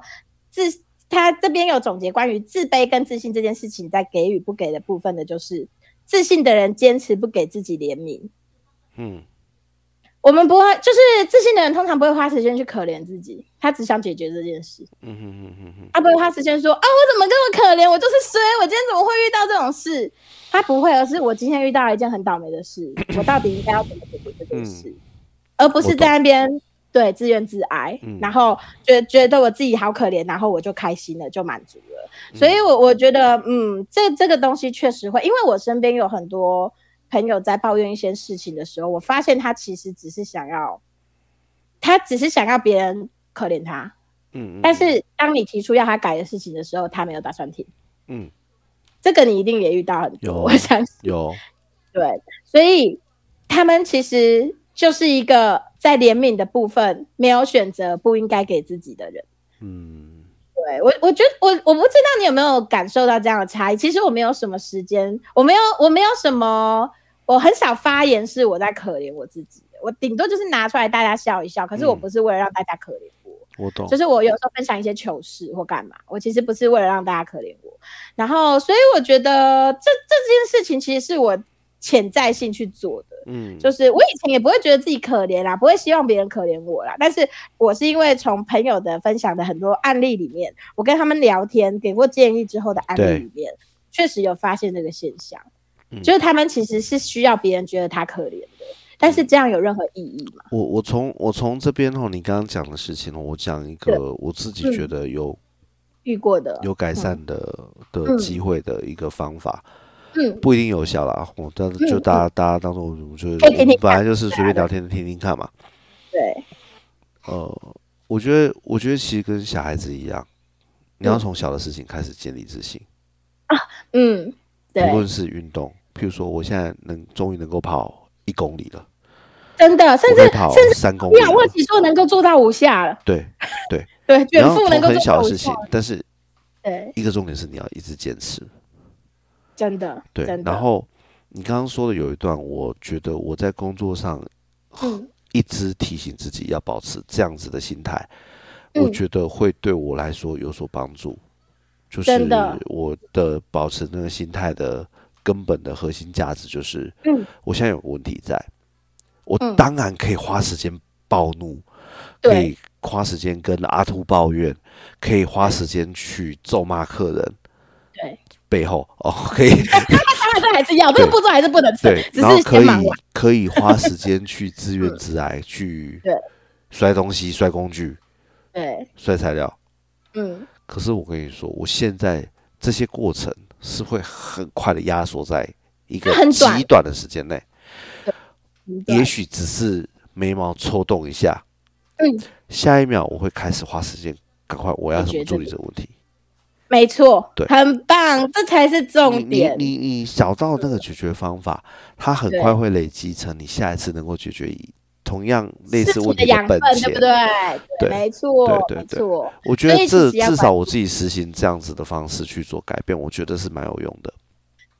B: 自他这边有总结关于自卑跟自信这件事情，在给与不给的部分的，就是自信的人坚持不给自己怜悯，
A: 嗯
B: 我们不会，就是自信的人通常不会花时间去可怜自己，他只想解决这件事，
A: 嗯嗯嗯嗯
B: 他不会花时间说啊，我怎么这么可怜，我就是衰，我今天怎么会遇到这种事？他不会，而是我今天遇到了一件很倒霉的事，我到底应该要怎么解决这
A: 嗯
B: 件事，而不是在那边对自怨自艾，
A: 嗯
B: 然后觉觉得我自己好可怜，然后我就开心了，就满足了。
A: 嗯
B: 所以我我觉得，嗯，这这个东西确实会，因为我身边有很多朋友在抱怨一些事情的时候，我发现他其实只是想要，他只是想要别人可怜他，
A: 嗯嗯，
B: 但是当你提出要他改的事情的时候，他没有打算听。
A: 嗯
B: 这个你一定也遇到很
A: 有
B: 多，我相信。
A: 有
B: 对，所以他们其实就是一个在怜悯的部分没有选择不应该给自己的人。
A: 嗯
B: 对，对我，我觉得我我不知道你有没有感受到这样的差异。其实我没有什么时间，我没有我没有什么，我很少发言是我在可怜我自己，我顶多就是拿出来大家笑一笑。可是我不是为了让大家可怜我，
A: 我懂，
B: 就是我有时候分享一些糗事或干嘛，我其实不是为了让大家可怜我。然后，所以我觉得这这件事情其实是我潜在性去做的。
A: 嗯，
B: 就是我以前也不会觉得自己可怜啦，不会希望别人可怜我啦。但是我是因为从朋友的分享的很多案例里面，我跟他们聊天给过建议之后的案
A: 对
B: 例里面，确实有发现这个现象，
A: 嗯
B: 就是他们其实是需要别人觉得他可怜的，但
A: 嗯
B: 是这样有任何意义吗？
A: 我我从我从这边哦，你刚刚讲的事情哦，我讲一
B: 对
A: 个我自己觉得有
B: 遇过的，
A: 有改善的的
B: 嗯
A: 机会的一个方法，
B: 嗯，
A: 不一定有效啦，我但是就
B: 嗯
A: 大家大家当做我觉得
B: 可以听
A: 我们
B: 听
A: 本来
B: 看
A: 就是随
B: 对
A: 便
B: 啊
A: 聊天听听看嘛，
B: 对，
A: 呃，我觉得我觉得其实跟小孩子一样，你要
B: 嗯
A: 从小的事情开始建立自信。
B: 嗯，对
A: 不，论是运动，譬如说我现在能终于能够跑一公里了，
B: 真的，甚
A: 我
B: 至
A: 可以跑
B: 甚至
A: 三公
B: 你
A: 里
B: 仰卧
A: 了，
B: 起坐能够做到五下了，
A: 对，
B: 对，卷
A: 然后
B: 腹能
A: 从
B: 够
A: 很
B: 做
A: 小
B: 到
A: 的
B: 五
A: 事
B: 下
A: 情
B: 了，，
A: 但是
B: 对，
A: 一个重点是你要一直坚持，
B: 真的，
A: 对
B: 真。的
A: 然后你刚刚说的有一段，我觉得我在工作上
B: 嗯
A: 一直提醒自己要保持这样子的心态，
B: 嗯
A: 我觉得会对我来说有所帮助，就是
B: 真的
A: 我的保持那个心态的根本的核心价值就是，
B: 嗯
A: 我现在有个问题在，我
B: 嗯
A: 当然可以花时间暴怒，可
B: 对
A: 以花时间跟阿秃抱怨，可以花时间去咒骂客人
B: 对，
A: 背后哦，可以
B: 当然这还是要，这个
A: 对
B: 步骤还是不能 (laughs) 省
A: 对，，
B: 只
A: 然后
B: 是
A: 可
B: 先
A: 以
B: 忙完。嗯
A: 可以花时间去自
B: (laughs)
A: 怨自艾，去
B: 对
A: 摔东西、摔工具、
B: 对，
A: 摔材料。
B: 嗯，
A: 可是我跟你说，我现在这些过程是会很快的压缩在一个
B: 它很
A: 极
B: 短
A: 短的时间内，
B: 明白
A: 也许只是眉毛抽动一下，
B: 嗯，
A: 下一秒我会开始花时间，赶快我要
B: 解
A: 怎么处
B: 决这
A: 理
B: 个
A: 这个问题？
B: 没错，
A: 对
B: 很棒，这才是重
A: 你
B: 点。
A: 你你你找到那个解决方法，它很
B: 对
A: 快会累积成你下一次能够解决一同样类
B: 事
A: 似
B: 情
A: 问
B: 的
A: 题
B: 养
A: 本
B: 分，
A: 钱
B: 对不。对？
A: 对
B: 没错
A: 对，对
B: 没
A: 对
B: 错。
A: 我觉得
B: 所以
A: 这
B: 其实要
A: 至
B: 管
A: 少我自己实行这样子的方式去做改变，我觉得是蛮有用的。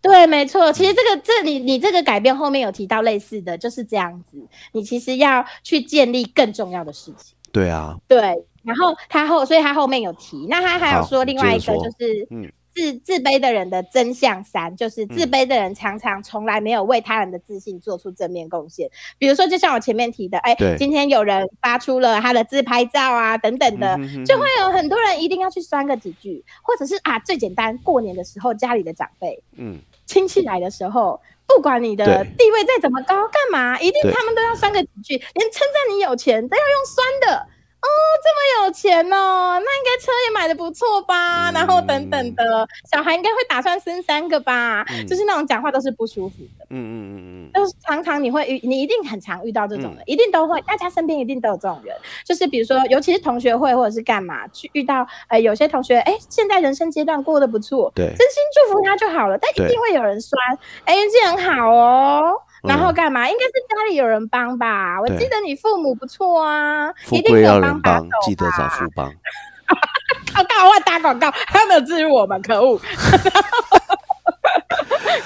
B: 对，没错。
A: 嗯
B: 其实这个这你你这个改变后面有提到类似的，就是这样子。你其实要去建立更重要的事情。
A: 对啊，
B: 对，然后他后，所以他后面有提，那他还有
A: 好
B: 说另外一
A: 你接着
B: 个
A: 说
B: 就是，
A: 嗯
B: 自自卑的人的真相三，就是自
A: 嗯
B: 卑的人常常从来没有为他人的自信做出正面贡献。比如说，就像我前面提的，哎、
A: 对
B: 今天有人发出了他的自拍照啊等等的，
A: 嗯哼
B: 就
A: 哼
B: 会有很多人一定要去酸个几句，或者是啊，最简单，过年的时候家里的长辈
A: 嗯，
B: 亲戚来的时候，不管你的
A: 对
B: 地位再怎么高，干嘛一定
A: 对
B: 他们都要酸个几句，连称赞你有钱都要用酸的。哦，这么有钱哦，那应该车也买的不错吧？
A: 嗯
B: 然后等等的，小孩应该会打算生三个吧？
A: 嗯
B: 就是那种讲话都是不舒服的，
A: 嗯嗯嗯嗯嗯，
B: 就是常常你会遇，你一定很常遇到这种人，
A: 嗯
B: 一定都会，大家身边一定都有这种人。就是比如说，尤其是同学会或者是干嘛，去遇到呃有些同学，哎，现在人生阶段过得不错，
A: 对，
B: 真心祝福他就好了。但
A: 对
B: 一定会有人酸，哎，运气很好哦。
A: 嗯
B: 然后干嘛？应该是家里有人帮吧？我
A: 对
B: 记得你父母不错啊，
A: 富
B: 一定
A: 贵
B: 有
A: 要
B: 帮
A: 人
B: 把
A: 帮
B: 手，
A: 记得找
B: 吧。
A: 富帮。
B: 哦，干我打广告，他们有置入我们，可
A: (laughs)
B: 恶！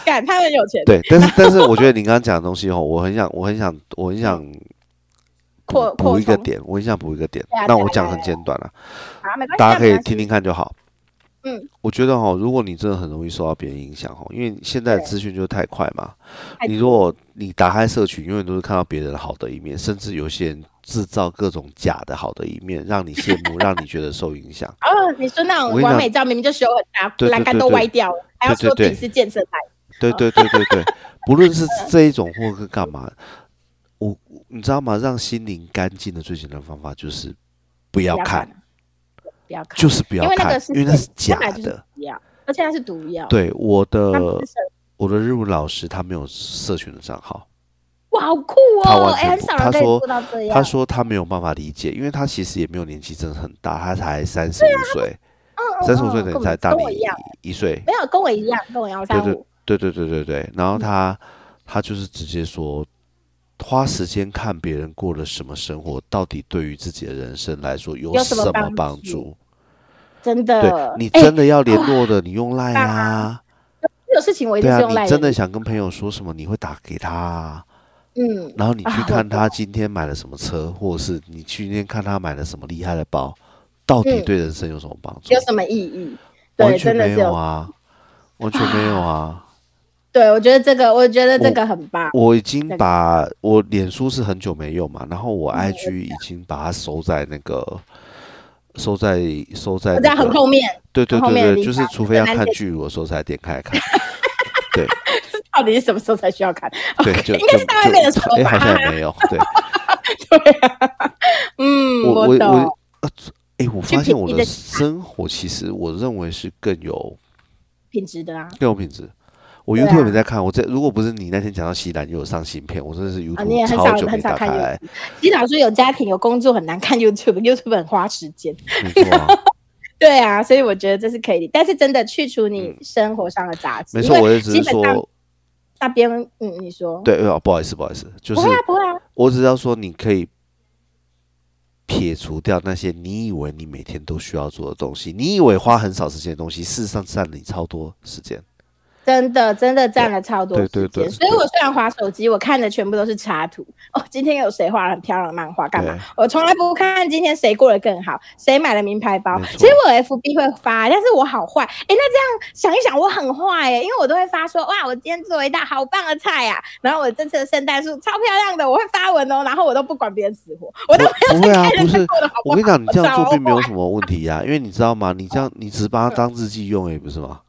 B: 干，他们有钱，
A: 对，但是但是我觉得你刚刚讲的东西哦，我很想我很想我很想
B: 扩
A: 补补
B: 扩
A: 一个
B: 充
A: 点，我很想补一个点
B: 对啊。
A: 那
B: 对啊
A: 我
B: 对啊
A: 讲很
B: 对啊
A: 简短了，
B: 好，没关系，
A: 大家可以
B: 没关系
A: 听听看就好。
B: 嗯，
A: 我觉得哈，如果你真的很容易受到别人影响哈，因为现在的
B: 对
A: 资讯就太快嘛，
B: 太
A: 你如果你打开社群，永远都是看到别人好的一面，甚至有些人制造各种假的好的一面，让你羡慕，让你觉得受影响。
B: 哦，你说那
A: 我
B: 种
A: 跟你
B: 完
A: 讲
B: 美照明明就修很大，
A: 对对
B: 栏杆
A: 对
B: 都
A: 对
B: 歪掉了，还要
A: 对对
B: 说自己
A: 对
B: 是健身来，
A: 对对对对对，不论
B: (laughs)
A: 是这一种或是干嘛，我你知道吗？让心灵干净的最简单方法就是不要
B: 不要
A: 看，
B: 看，不要看，
A: 就是不要
B: 因为那
A: 看
B: 个是，
A: 因为那是假
B: 本来就是
A: 的。
B: 毒药，而且它是毒药。
A: 对，呃我
B: 它不
A: 的
B: 是神
A: 我的日文老师他没有社群的账号，
B: 哇，好酷
A: 他
B: 哦！
A: 完
B: 哎、
A: 全
B: 很
A: 不
B: 少
A: 他
B: 人可以
A: 说
B: 做到这样。
A: 他说他没有办法理解，因为他其实也没有年纪真的很大，他才三十五岁，
B: 嗯：“嗯
A: 三十五岁等
B: 嗯跟
A: 于
B: 我
A: 才大
B: 跟
A: 你
B: 我一样，
A: 一岁。
B: 没有跟我一样，跟我一样三
A: 对
B: 五。
A: 对对对对对，然后他他就是直接说，花时间看别人过了什么生活，到底对于自己的人生来说有
B: 有什么
A: 什么
B: 帮
A: 帮
B: 助
A: 助？
B: 真的哎
A: 对，你真的要联络的，你用赖
B: 爸
A: 啊，
B: 这种事情我一
A: 对
B: 定是
A: 啊，
B: 用赖
A: 你真的想跟朋友说什么，你会打给他啊，
B: 嗯，
A: 然后你去
B: 啊
A: 看他今天买了什么
B: (laughs)
A: 车，或者是你去那天看他买了什么厉害的包，到底
B: 嗯
A: 对人生有什么帮助
B: 有？什么意义？
A: 完
B: 对，
A: 全
B: 真的
A: 没
B: 是
A: 有
B: 有。
A: 啊，完全没有
B: (laughs)
A: 啊。
B: 对，我觉得这个，我觉得这
A: 我
B: 个很棒。
A: 我已经
B: 那个
A: 把我脸书是很久没用嘛，然后我
B: 嗯
A: IG 已经把它收在那个收在收在
B: 我
A: 那
B: 在很
A: 个
B: 后面，
A: 对对
B: 很后面
A: 对
B: 的
A: 对，
B: 地
A: 就是
B: 方
A: 除非要
B: 很难
A: 看
B: 点
A: 剧，我时候才点开来
B: (laughs)
A: 看。对
B: 到底是什么时候才需要看？
A: 对，就
B: (laughs) 应该是
A: 就
B: 大外面的时
A: 就
B: 候
A: 哎，
B: 吧
A: 好像也没有。对
B: 对啊，嗯，
A: 我我
B: 懂。
A: 我呃哎，我
B: 去
A: 发
B: 品
A: 现我
B: 你
A: 的
B: 的
A: 生活其实我认为是更有
B: 品质的啊，
A: 更有品质。我
B: 对啊
A: YouTube 没在看，我这如果不是你那天讲到西兰又有上新片，我真的是
B: 啊，你
A: YouTube
B: 也很
A: 超
B: 少
A: 久没
B: 很少
A: 打
B: 看
A: 开来
B: YouTube，。其实老师有家庭有工作很难看 YouTube，YouTube 很花时间。
A: 没错
B: (laughs)
A: 啊，
B: 对啊，所以我觉得这是可以的，但是真的去除你生活上的杂
A: 嗯
B: 质，
A: 没错，
B: 因
A: 我
B: 为
A: 也只
B: 基
A: 是
B: 本上
A: 说，
B: 那边，嗯，你说，
A: 对，呃不好意思，不好意思，就
B: 不
A: 是
B: 会啊，不会啊，
A: 我只要说你可以撇除掉那些你以为你每天都需要做的东西，你以为花很少时间的东西，事实上占你超多时间。
B: 真的真的占了超多时
A: 对
B: 间。
A: 对对对
B: 所以我虽然划手机，我看的全部都是插图。哦，今天有谁画了很漂亮的漫画，干嘛
A: 对？
B: 我从来不看今天谁过得更好，谁买了名牌包
A: 没。错
B: 其实我有 FB 会发，但是我好坏。哎、那这样想一想，我很坏哎、因为我都会发说，哇，我今天做了一道好棒的菜啊，然后我这次的圣诞树超漂亮的，我会发文哦，然后我都不管别人死活，我都没
A: 不会
B: 有在
A: 啊
B: 看，人
A: 不
B: 家
A: 是
B: 过得好，不
A: 我跟。
B: 好
A: 你讲，你这样做
B: 糟
A: 并没有什么问题呀、因为你知道吗？你这样你只是把它当日记用而已，不是吗？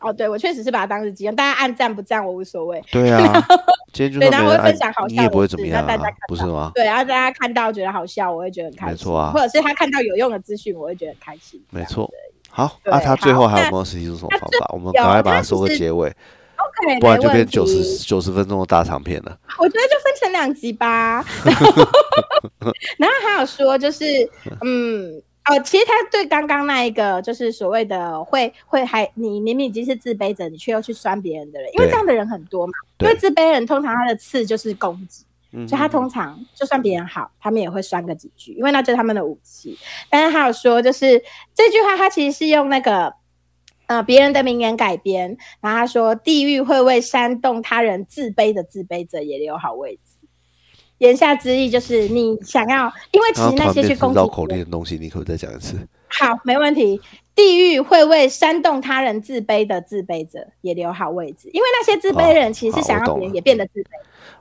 B: 哦，对，我确实是把它当日记用，大家按赞不赞我无所谓。
A: 对
B: (laughs)
A: 啊，今天就算
B: 对然
A: 没人
B: 后会分
A: 按
B: 享好
A: 你
B: 笑
A: 也
B: 的
A: 不会怎么
B: 事让
A: 样
B: 大家
A: 啊
B: 看，
A: 不是吗？
B: 对，然后大家看到觉得好笑，我会觉得很开心。
A: 没错啊
B: 或者是他看到有用的资讯，我会觉得很开心。
A: 没
B: 这样。
A: 错。好，
B: 对
A: 那、他最
B: 好
A: 后还有
B: 那
A: 没有实际出什么
B: 他
A: 方
B: 最
A: 法？我们
B: 有啊
A: 赶快把
B: 他
A: 它
B: 只
A: 收个
B: 是
A: 结尾，
B: OK，
A: 不然
B: 没
A: 就
B: 问
A: 变九十
B: 题
A: 九十分钟的大长片了。
B: 我觉得就分成两
A: (laughs)
B: 集吧。然后还有说就是，嗯。哦，其实他对刚刚那一个就是所谓的会会还你明明已经是自卑者，你却又去酸别人的人，因为
A: 对
B: 这样的人很多嘛。因
A: 对
B: 为自卑人通常他的刺就是攻击，
A: 嗯
B: 所以他
A: 哼
B: 通常就算别人好，他们也会酸个几句，因为那就是他们的武器。但是还有说，就是这句话，他其实是用那个呃别人的名言改编，然后他说：“地狱会为煽动他人自卑的自卑者也留好位置。”言下之意就是，你想要，因为其
A: 刚刚突
B: 实那
A: 然
B: 些去
A: 变
B: 攻
A: 成
B: 击
A: 绕口
B: 别人
A: 令的东西，你可不可以再讲一次？
B: 好，没问题。地狱会为煽动他人自卑的自卑者也留好位置，因为那些自卑人其实
A: 好
B: 是想
A: 我
B: 要
A: 懂
B: 别人
A: 了
B: 也变得自卑。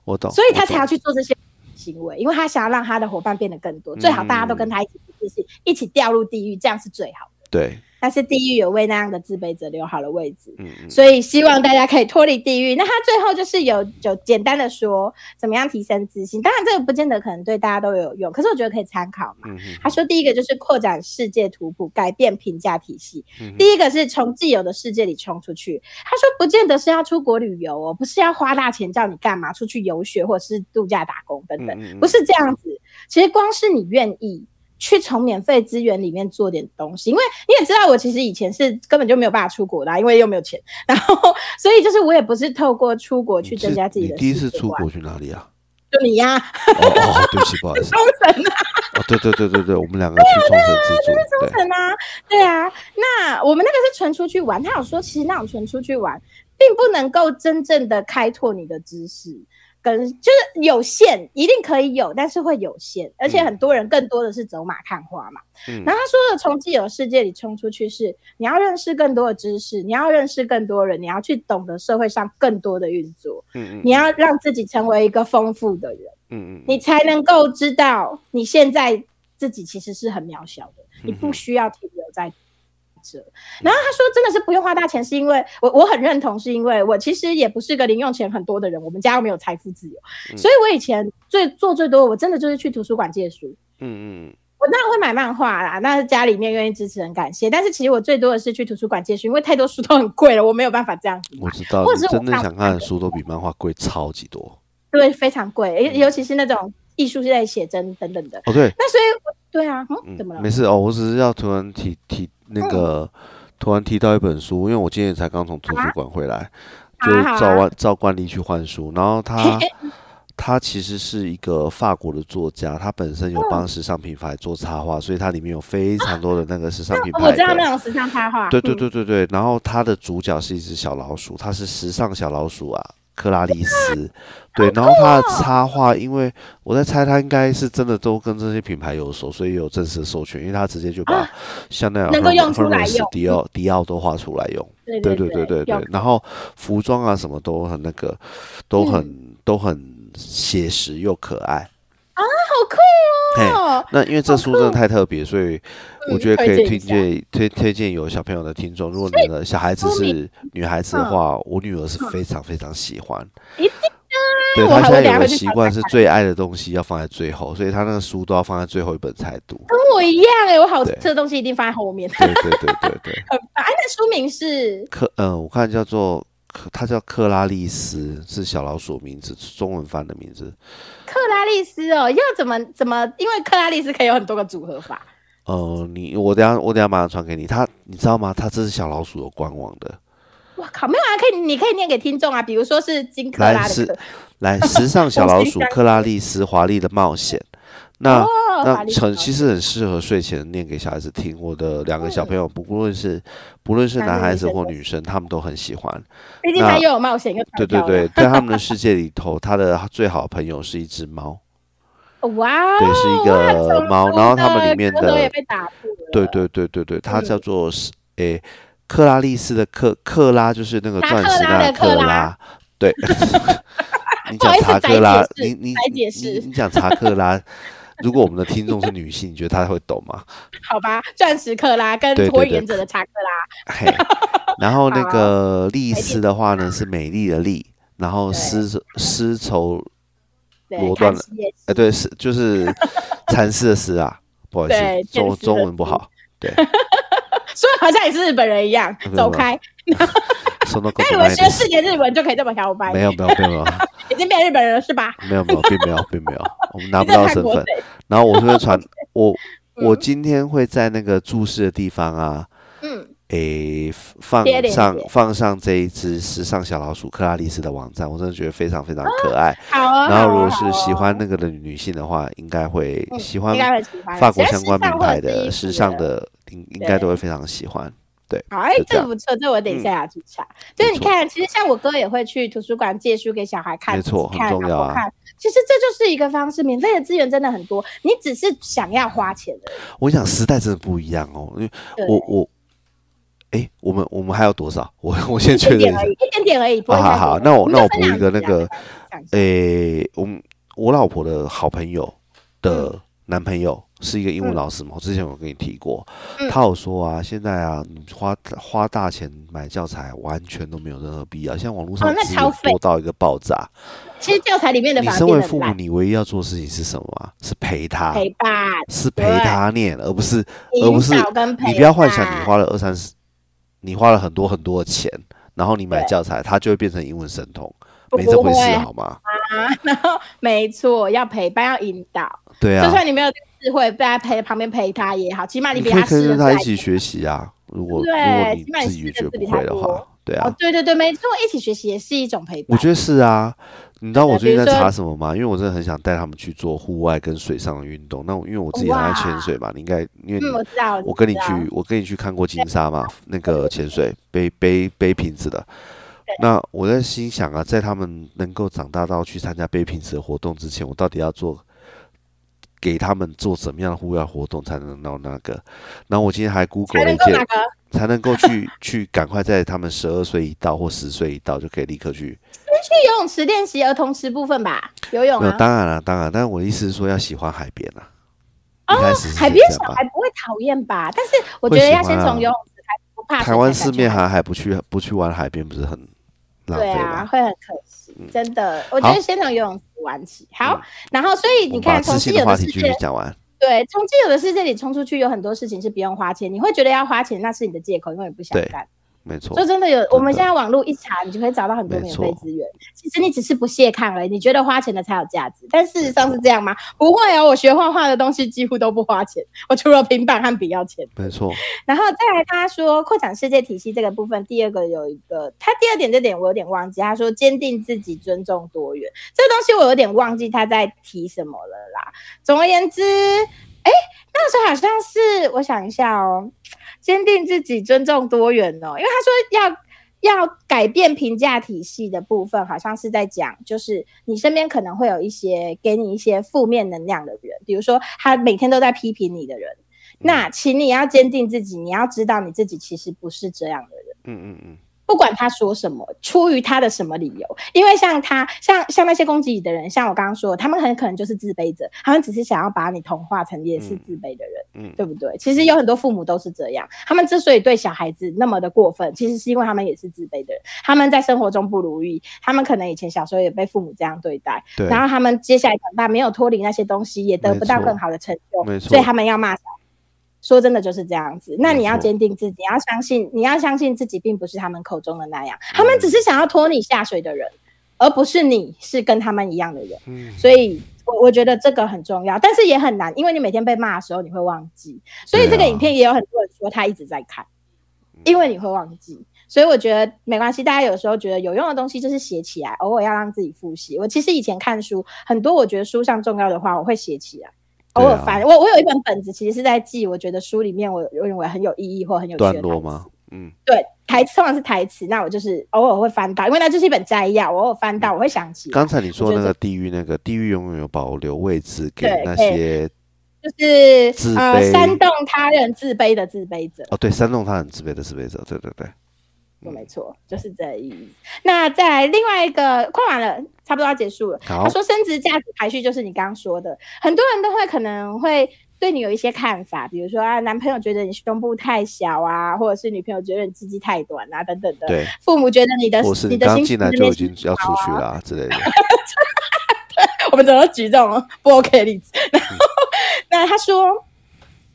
A: 我懂，
B: 所以
A: 我
B: 他才
A: 懂
B: 要去做这些行为，因为他想要让他的伙伴变得更多，最好大家都跟他一起不自信，一起掉入地狱，这样是最好的。
A: 对，
B: 但是地狱有为那样的自卑者留好了位置，
A: 嗯嗯，
B: 所以希望大家可以脱离地狱。那他最后就是有有简单的说怎么样提升自信，当然这个不见得可能对大家都有用，可是我觉得可以参考嘛。
A: 嗯哼
B: 他说第一个就是扩展世界图谱，改变评价体系，
A: 嗯哼
B: 第一个是从既有的世界里冲出去。他说，不见得是要出国旅游哦，不是要花大钱叫你干嘛出去游学或者是度假打工等
A: 嗯
B: 等，
A: 嗯嗯
B: 不是这样子。其实光是你愿意。去从免费资源里面做点东西，因为你也知道，我其实以前是根本就没有办法出国的啊、因为又没有钱，然后所以就是我也不是透过出国
A: 嗯
B: 去
A: 你
B: 增
A: 是
B: 加自己
A: 你
B: 的世界观。
A: 第一次出国去哪里啊？
B: 就你呀、
A: 哦哦，对不起，不好意思，
B: 冲绳啊，
A: 哦，对对对对对，我们两个去冲绳自助，
B: 冲
A: 对，
B: 绳啊，对啊。那我们那个是纯出去玩，他有说，其实那种纯出去玩，并不能够真正的开拓你的知识，跟就是有限，一定可以有，但是会有限，而且
A: 嗯
B: 很多人更多的是走马看花嘛。
A: 嗯
B: 然后他说的从既有世界里冲出去是，你要认识更多的知识，你要认识更多人，你要去懂得社会上更多的运作，
A: 嗯嗯
B: 你要让自己成为一个丰富的人。
A: 嗯嗯
B: 你才能够知道你现在自己其实是很渺小的，
A: 嗯
B: 你不需要停留在这。然后他说，真的是不用花大钱，是因为我我很认同，是因为我其实也不是个零用钱很多的人，我们家又没有财富自由，
A: 嗯
B: 所以我以前最做最多，我真的就是去图书馆借书。
A: 嗯嗯
B: 我当然会买漫画啦，那家里面愿意支持很感谢。但是其实我最多的是去图书馆借书，因为太多书都很贵了，我没有办法这样子
A: 嗯，
B: 买
A: 我知道，
B: 或者
A: 你
B: 是我
A: 真正
B: 看
A: 想看的书都比漫画贵超级多。
B: 对，非常贵，
A: 嗯
B: 尤尤其是那种艺术类写真等等的。
A: 哦，对，
B: 那所以我，对啊，嗯，怎么
A: 嗯，
B: 了？
A: 没事哦，我只是要突然提提那个，突然提到一本书，因为我今天才刚从图书馆回来，
B: 好
A: 就
B: 啊
A: 是
B: 好啊
A: 照惯照惯例去换书，然后他。他其实是一个法国的作家，他本身有帮时尚品牌做插画，所以它里面有非常多的那个时尚品牌、
B: 哦我知道那种时尚插画。嗯
A: 对对对对对，然后它的主角是一只小老鼠，它是时尚小老鼠啊，克拉丽
B: (laughs)
A: 丝。对，然后它的
B: 哦
A: 插画，因为我在猜它应该是真的都跟这些品牌有熟，所以有正式的授权，因为它直接就把香奈儿、
B: 啊能够用出来
A: Hermes
B: 用
A: 迪奥、迪奥都画出来用。
B: 对
A: 对
B: 对
A: 对对
B: 有
A: 对，然后服装啊什么都很那个，都很、
B: 嗯
A: 都很写实又可爱。
B: 啊好酷哦！
A: 那因为这书真的太特别，所以我觉得可
B: 嗯推
A: 以推
B: 荐一下
A: 荐推推荐有小朋友的听众。如果你的小孩子是女孩子的话，我女儿是非常非常喜欢。
B: 嗯一定啊
A: 对
B: 我
A: 她
B: 还
A: 现
B: 我
A: 在
B: 等下
A: 有
B: 回
A: 个
B: 去
A: 习
B: 找
A: 惯
B: 找
A: 是最爱的东西要放在最后，所以她那个书都要放在最后一本才
B: (laughs)
A: 读。
B: 跟我一样哎、我好
A: 对
B: 这东西一定放在后面。 (laughs)
A: 对对对对对，
B: 很烦。哎，那书名是
A: 克嗯、我看叫做克，它叫克拉丽丝，是小老鼠的名字，中文翻的名字。
B: 克拉丽丝哦，要怎么怎么？因为克拉丽丝可以有很多个组合法。
A: 呃，你我等一下我等一下马上传给你。它你知道吗？它这是小老鼠有官网的。
B: 哇靠，没有啊，可以你可以念给听众啊，比如说是金克拉
A: 来
B: 的
A: 时
B: 克，
A: 来，时尚小
B: 我
A: 老
B: 是 (laughs)
A: 鼠
B: 香
A: 克拉丽丝华丽的冒险。那、
B: 哦
A: 啊那
B: 华丽的
A: 很
B: 冒
A: 其实很适合睡前念给小孩子听。我的两个小朋友，不论是不论是
B: 男
A: 男
B: 女
A: 孩
B: 女
A: 子
B: 生
A: 或
B: 都
A: 女生，他们都很喜欢。
B: 毕竟它
A: 那
B: 又有冒险又
A: 对对
B: 跳跳
A: 对
B: 的，，
A: 在他们的世界里头，他的最好朋友是一只猫。
B: 哇哦，
A: 对是一个
B: 哇宠物
A: 猫然后它们里面的
B: 格斗也被打破了，
A: 对对对对对，它
B: 嗯
A: 叫做是诶克拉丽丝的克克拉，就是那个
B: 查
A: 钻
B: 克
A: 石
B: 拉
A: 那
B: 的
A: 个
B: 克
A: 克
B: 拉
A: 拉。对， (laughs) 你
B: 不好
A: 讲
B: 意思
A: 查
B: 宅
A: 克拉
B: 解，释
A: 你你
B: 宅
A: 你
B: 解释
A: 你你讲查克拉，如果我们的听众是女性，你觉得她会懂吗？
B: 好吧，钻石克拉跟
A: 对对
B: 火影
A: 对
B: 忍者的查克拉， (laughs)
A: 嘿，然后那
B: 好
A: 个丽丝的话呢是美丽的丽，然后
B: 对
A: 丝丝绸，
B: 对，
A: 罗
B: 卡
A: 断
B: 西耶
A: 哎对是就是蚕丝的丝啊，不好意
B: 对
A: 思，
B: 天
A: 中
B: 丝
A: 中
B: 的
A: 文不
B: 丝
A: 好，对，
B: (laughs) 说得好像也是日本人一样
A: 不，
B: 走
A: 不
B: 开。
A: 什么狗
B: 那你们学四年日文就可以这么摇摆？
A: 没有没有没有没有
B: 已经变日本人了是吧？
A: 没有没
B: (laughs)
A: 有，并没有，并没有，我们拿
B: 你
A: 不
B: 在
A: 到
B: 韩
A: 身
B: 国
A: 份。
B: 谁？
A: 然后我会
B: (laughs)
A: 传我我
B: 嗯
A: 今天会在那个注释的地方啊，
B: 嗯，
A: 诶，放
B: 贴链
A: 上
B: 接
A: 放上这一只时尚小老鼠克拉丽丝的网站，我真的觉得非常非常可爱。
B: 好啊。
A: 然后
B: 好
A: 如果
B: 啊
A: 是喜，
B: 好啊
A: 欢那个的女性的话，应该会
B: 嗯
A: 喜欢
B: 应该很喜欢
A: 法国
B: 只要
A: 相关
B: 时尚
A: 名
B: 或
A: 牌
B: 者是衣
A: 的
B: 服
A: 时尚
B: 的
A: 的，应应
B: 对
A: 该都会非常喜欢。对，
B: 好，哎
A: 就，这
B: 这
A: 样嗯
B: 不错，这我等一下要去查。就是你
A: 没错
B: 看，其实像我哥也会去图书馆借书给小孩看，
A: 没错
B: 自己看
A: 很重要啊
B: 老婆看。其实这就是一个方式，免费的资源真的很多，你只是想要花钱的。
A: 我想时代真的不一样哦，因为
B: 对，
A: 我我。诶，我们我们还有多少？我我先
B: 一
A: 确认一
B: 点点
A: 下
B: 而已，。一点点而已，不会
A: 啊，
B: 太多。
A: 好好，那我
B: 们
A: 那
B: 就
A: 我
B: 分
A: 补一
B: 两
A: 个
B: 集
A: 那
B: 啊
A: 个，，哎
B: 讲一下
A: 诶、我们我老婆的好朋友的男朋友是一个英文
B: 嗯
A: 老师嘛，我之前有跟你提过，
B: 嗯
A: 他有说啊，现在啊，你花花大钱买教材完全都没有任何必要，现在网络上
B: 哦那
A: 资
B: 超
A: 源
B: 费
A: 多到一个爆炸。
B: 其实教材里面的
A: 你
B: 反而
A: 身
B: 变
A: 为
B: 得很
A: 父母，
B: 烂，
A: 你唯一要做的事情是什么啊？是陪他，
B: 陪伴、
A: 是陪
B: 对
A: 他念，而不是而不
B: 引
A: 是
B: 导跟陪伴。
A: 你不要幻想你花了二三十，你花了很多很多的钱，然后你买
B: 对
A: 教材，它就会变成英文神童，
B: 不
A: 没这回
B: 会
A: 事好吗？
B: 然后没错，要陪伴，要引导。
A: 对
B: 就
A: 啊，
B: 算你没有智慧，被他陪旁边陪他也好，起码
A: 你
B: 比
A: 可以
B: 他
A: 跟
B: 试
A: 着
B: 的
A: 他一起学习啊。如果如果
B: 对
A: 你
B: 起码你
A: 自己觉
B: 试
A: 得
B: 的次
A: 不
B: 比他
A: 会的话
B: 多，
A: 对
B: 哦
A: 啊，，
B: 对对对，没错，一起学习也是一种陪伴。
A: 我觉得是啊。你知道我
B: 对
A: 最
B: 比
A: 近在
B: 如说
A: 查什么吗？因为我真的很想带他们去做户外跟水上的运动。那我因为我自己很爱潜
B: 哦哇
A: 水嘛，你应该因为你
B: 嗯，我知道，
A: 我跟你
B: 知道
A: 去，我跟你去看过金沙嘛，那个潜水背背背瓶子的。那我在心想啊，在他们能够长大到去参加背瓶子的活动之前，我到底要做给他们做怎么样的户外活动才能到那个？然后我今天还 Google 了
B: 才能
A: 一
B: 够
A: 件
B: 哪，个
A: 才能够
B: (laughs)
A: 去去赶快在他们十二岁一到或十岁一到就可以立刻去。
B: 去游泳池练习儿童池部分吧，游泳
A: 没有，
B: 啊。
A: 当然了，当然，但是我的意思是说要喜欢海边啊。
B: 哦
A: 一开始是
B: 海
A: 这
B: 边
A: 样
B: 小
A: 吧
B: 孩不会讨厌吧？但是我觉
A: 会
B: 得
A: 喜
B: 要
A: 欢
B: 先
A: 啊
B: 从游泳池开始，不怕
A: 台
B: 水
A: 湾
B: 才
A: 四
B: 敢去
A: 面
B: 海
A: 航海不去不去玩海边，不是很浪
B: 对
A: 费
B: 啊，
A: 吗？
B: 会很可惜，真的。我觉得
A: 好
B: 先从游泳池玩起，好。
A: 嗯
B: 然后，所以
A: 我
B: 你
A: 们把
B: 看，从
A: 自
B: 既
A: 信的
B: 有
A: 话
B: 的
A: 题
B: 世
A: 继
B: 界
A: 续，讲完。
B: 对，从既有的世界里冲出去，有很多事情是不用花钱。你会觉得要花钱，那是你的借口，因为你不想
A: 对
B: 干。
A: 没错
B: 说，真的有，
A: 的
B: 我们现在网络一查，你就可以找到很多
A: 没
B: 免
A: 错
B: 费资源。其实你只是不屑看而已，你觉得花钱的才有价值，但事实上是这样吗？不会哦，我学画画的东西几乎都不花钱，我除了平板和笔要钱。
A: 没错，
B: 然后再来，他说扩展世界体系这个部分，第二个有一个，他第二点这点我有点忘记，他说坚定自己，尊重多元，这个东西我有点忘记他在提什么了啦。总而言之，哎，那时候好像是我想一下哦，坚定自己，尊重多元哦，因为他说要。要改变评价体系的部分，好像是在讲，就是你身边可能会有一些给你一些负面能量的人，比如说他每天都在批评你的人，那请你要坚定自己，你要知道你自己其实不是这样的人。
A: 嗯嗯嗯，
B: 不管他说什么，出于他的什么理由，因为像他，像像那些攻击你的人，像我刚刚说的，他们很可能就是自卑者，他们只是想要把你同化成也是
A: 嗯
B: 自卑的人，
A: 嗯
B: 对不对？其实有很多父母都是这样，他们之所以对小孩子那么的过分，其实是因为他们也是自卑的人，他们在生活中不如意，他们可能以前小时候也被父母这样对待，
A: 对，
B: 然后他们接下来长大没有脱离那些东西，也得不到
A: 没错
B: 更好的成就，
A: 没错
B: 所以他们要骂小孩。说真的就是这样子，那
A: 没
B: 你要
A: 错
B: 坚定自己，你要相信，你要相信自己并不是他们口中的那样，他
A: 嗯
B: 们只是想要拖你下水的人，而不是你是跟他们一样的人。
A: 嗯
B: 所以我我觉得这个很重要，但是也很难，因为你每天被骂的时候你会忘记，所以这
A: 对
B: 个
A: 啊嗯
B: 影片也有很多人说他一直在看，因为你会忘记。所以我觉得没关系，大家有时候觉得有用的东西就是写起来，偶尔要让自己复习。我其实以前看书很多，我觉得书上重要的话我会写起来，偶
A: 对啊
B: 尔翻。我我有一本本子，其实是在记我觉得书里面我认为很有意义或很有趣的
A: 段落
B: 台词
A: 吗？嗯，
B: 对，台词通常是台词，那我就是偶尔会翻到，因为那就是一本摘要，我偶尔翻
A: 嗯
B: 到我会想起来。
A: 刚才你说
B: 觉
A: 那
B: 得
A: 个地狱，那个地狱永远有保留位置给
B: 对
A: 那
B: 对
A: 些
B: 就是
A: 自
B: 呃
A: 卑
B: 煽动他人自卑的自卑者，
A: 哦，对，煽动他很自卑的自卑者，对对对，嗯
B: 就没错，就是这意思。那在另外一个快完了，差不多要结束了。
A: 好
B: 他，说升职价值排序就是你刚刚说的，很多人都会可能会对你有一些看法，比如说啊，男朋友觉得你胸部太小啊，或者是女朋友觉得你鸡鸡太短啊，等等的。
A: 对，
B: 父母觉得你的
A: 或是
B: 你
A: 你
B: 的
A: 刚
B: 薪
A: 进
B: 水
A: 来
B: 那
A: 就
B: 边
A: 已经要出去了、啊、之
B: (laughs)
A: 类的，
B: 我们怎么举这种不 OK 的例子？然后，那他说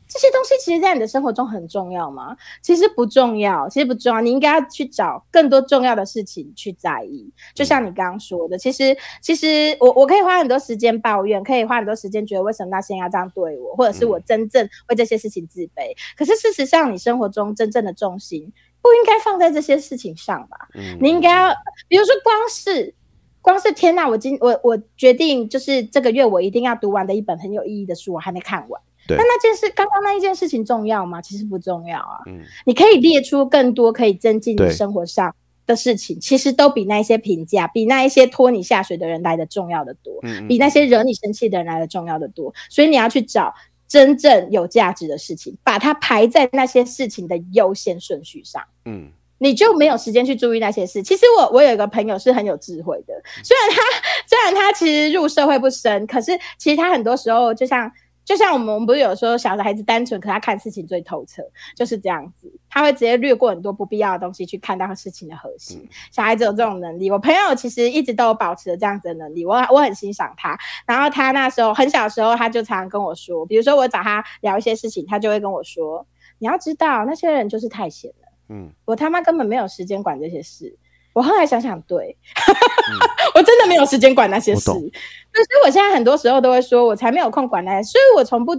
B: 这些东西其实，在你的生活中很重要吗？其实不重要，其实不重要。你应该要去找更多重要的事情去在意。就像你刚刚说的，其实，其实我我可以花很多时间抱怨，可以花很多时间觉得为什么那些人要这样对我，或者是我真正为这些事情自卑。可是事实上，你生活中真正的重心不应该放在这些事情上吧？
A: 嗯，
B: 你应该要，比如说光是光是天呐，我今我我决定就是这个月我一定要读完的一本很有意义的书，我还没看完。
A: 对
B: 那那件事，刚刚那一件事情重要吗？其实不重要啊。
A: 嗯，
B: 你可以列出更多可以增进你
A: 对
B: 生活上的事情，其实都比那一些评价，比那一些拖你下水的人来的重要的多，
A: 嗯嗯
B: 比那些惹你生气的人来的重要的多。所以你要去找真正有价值的事情，把它排在那些事情的优先顺序上。
A: 嗯，
B: 你就没有时间去注意那些事。其实我我有一个朋友是很有智慧的，虽然他 (laughs) 虽然他其实入社会不深，可是其实他很多时候就像就像我们我们不是有说小孩子单纯，可他看事情最透彻，就是这样子，他会直接略过很多不必要的东西去看到事情的核心。小孩子有这种能力，我朋友其实一直都有保持着这样子的能力，我我很欣赏他。然后他那时候很小的时候，他就常常跟我说，比如说我找他聊一些事情，他就会跟我说，你要知道那些人就是太闲了。
A: 嗯
B: 我他妈根本没有时间管这些事。我后来想想，对， (laughs) 我真的没有时间管那些事。
A: 嗯我
B: 但
A: 懂
B: 是我现在很多时候都会说，我才没有空管那些，所以我从不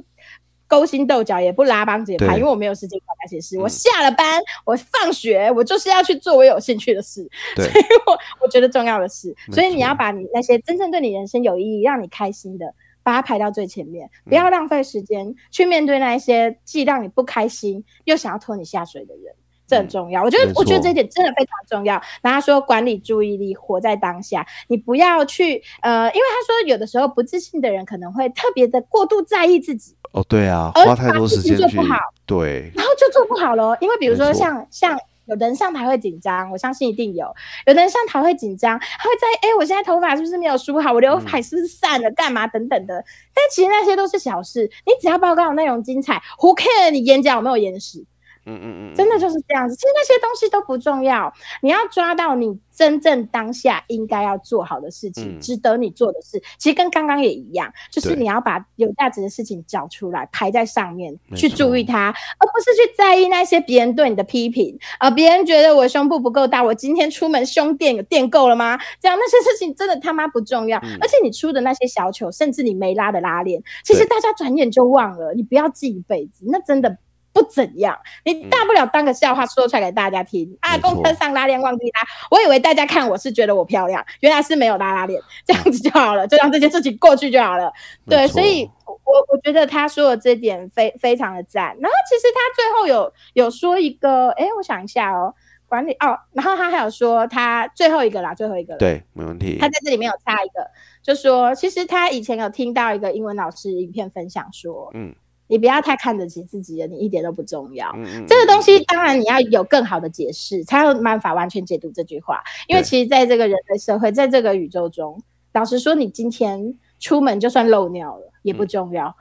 B: 勾心斗角，也不拉帮结派，
A: 对
B: 因为我没有时间管那些事。
A: 嗯
B: 我下了班，我放学，我就是要去做我有兴趣的事， (laughs)
A: 对，
B: 我我觉得重要的事。
A: 没
B: 所以你
A: 错
B: 要把你那些真正对你人生有意义、让你开心的，把它排到最前面，
A: 嗯
B: 不要浪费时间去面对那一些既让你不开心又想要拖你下水的人，这很重要。我觉得
A: 嗯没，错
B: 我觉得这一点真的非常重要。然后他说，管理注意力，活在当下，你不要去呃，因为他说有的时候不自信的人可能会特别的过度在意自己，
A: 哦，对啊，
B: 而
A: 花太
B: 把
A: 多
B: 事
A: 时
B: 情
A: 间
B: 做
A: 去
B: 不好，
A: 对，
B: 然后就做不好咯，因为比如说
A: 没错
B: 像像有的人上台会紧张，我相信一定有；有的人上台会紧张，他会在意，哎、我现在头发是不是没有梳好？我
A: 嗯
B: 刘海是不是散了？干嘛等等的。但其实那些都是小事，你只要报告内容精彩，Who care 你演讲有没有延时？
A: 嗯嗯嗯，
B: 真的就是这样子。其实那些东西都不重要，你要抓到你真正当下应该要做好的事情，
A: 嗯
B: 值得你做的事。其实跟刚刚也一样，就是
A: 对
B: 你要把有价值的事情找出来，排在上面
A: 没
B: 去注意
A: 错
B: 它，而不是去在意那些别人对你的批评。啊、别人觉得我胸部不够大，我今天出门胸垫有垫够了吗？这样那些事情真的他妈不重要。
A: 嗯
B: 而且你出的那些小球，甚至你没拉的拉链，其实
A: 对
B: 大家转眼就忘了，你不要记一辈子，那真的。不怎样，你大不了当个笑话说出来给大家听、
A: 嗯
B: 啊！
A: 没错
B: 公车上拉链忘记拉，我以为大家看我是觉得我漂亮，原来是没有拉拉链，这样子就好了，就让这件事情过去就好了。
A: 嗯没
B: 对，
A: 错
B: 所以我我觉得他说的这点非非常的赞。然后其实他最后有有说一个，哎，我想一下哦，管理哦，然后他还有说他最后一个啦，最后一个啦，
A: 对，没问题
B: 他。在这里面有插一个，就说其实他以前有听到一个英文老师影片分享说，
A: 嗯
B: 你不要太看得起自己了，你一点都不重要。
A: 嗯嗯，
B: 这
A: 嗯
B: 个东西当然你要有更好的解释，才有办法完全解读这句话。因为
A: 对
B: 其实在这个人类社会，在这个宇宙中，老实说，你今天出门就算漏尿了也不重要。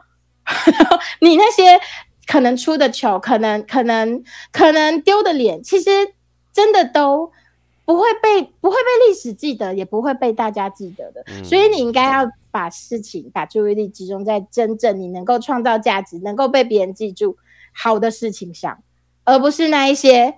B: (laughs) 你那些可能出的球，可能可能可能丢的脸，其实真的都不会被不会被历史记得，也不会被大家记得的。
A: 嗯
B: 所以你应该要把事情、把注意力集中在真正你能够创造价值、能够被别人记住好的事情上，而不是那一些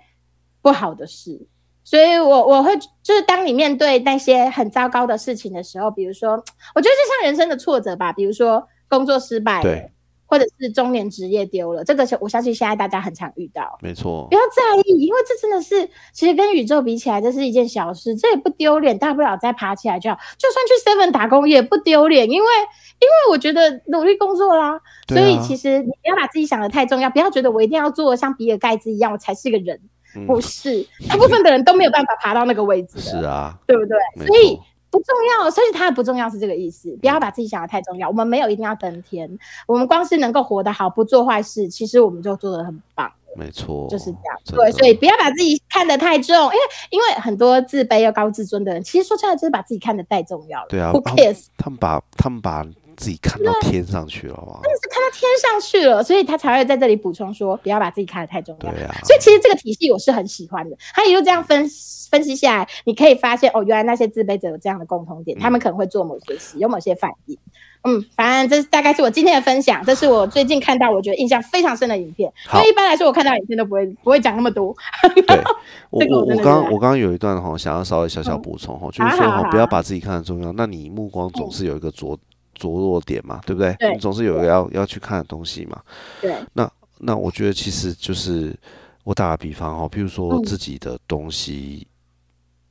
B: 不好的事。所以我，我会就是当你面对那些很糟糕的事情的时候，比如说，我觉得就像人生的挫折吧，比如说工作失败了
A: 对，
B: 或者是中年职业丢了，这个是我相信现在大家很常遇到。
A: 没错
B: 不，要在意，因为这真的是，其实跟宇宙比起来，这是一件小事，这也不丢脸，大不了再爬起来就好。就算去 Seven 打工也不丢脸，因为因为我觉得努力工作啦，所
A: 对
B: 以
A: 啊
B: 其实你不要把自己想的太重要，不要觉得我一定要做得像比尔盖茨一样，我才是个人，
A: 嗯
B: 不是，大部分的人都没有办法爬到那个位置
A: 是
B: 的，
A: 啊，
B: 对不对？
A: 没
B: 所以
A: 错，嗯
B: 不重要，所以它的不重要是这个意思。不要把自己想的太重要，我们没有一定要登天，我们光是能够活得好，不做坏事，其实我们就做得很棒。
A: 没错，
B: 就是这样。
A: 真
B: 对，
A: 的
B: 所以不要把自己看得太重，因为因为很多自卑又高自尊的人，其实说出来就是把自己看得太重要了。
A: 对啊
B: Who
A: 啊
B: cares？、
A: 他们把他们把自己看到天上去了嘛，
B: 但是看到天上去了，所以他才会在这里补充说，不要把自己看得太重要。
A: 对啊，
B: 所以其实这个体系我是很喜欢的，他一路这样分分析下来，你可以发现哦，原来那些自卑者有这样的共同点，
A: 嗯
B: 他们可能会做某些事，有某些反应。嗯，反正这大概是我今天的分享，这是我最近看到我觉得印象非常深的影片。因
A: 好
B: 为一般来说我看到影片都不会不会讲那么多。 (laughs)
A: 对，我
B: 这个
A: 我
B: 我
A: 我
B: 真的
A: 刚
B: 觉得
A: 我刚刚有一段哈，想要稍微小小补充哈，就
B: 好
A: 是说
B: 好
A: 哈
B: 好，
A: 不要把自己看得重要，那你目光总是有一个着着落点嘛，对不对？
B: 对
A: 你总是有一个要要去看的东西嘛。
B: 对，
A: 那那我觉得其实就是我打个比方哈，譬如说
B: 嗯
A: 自己的东西，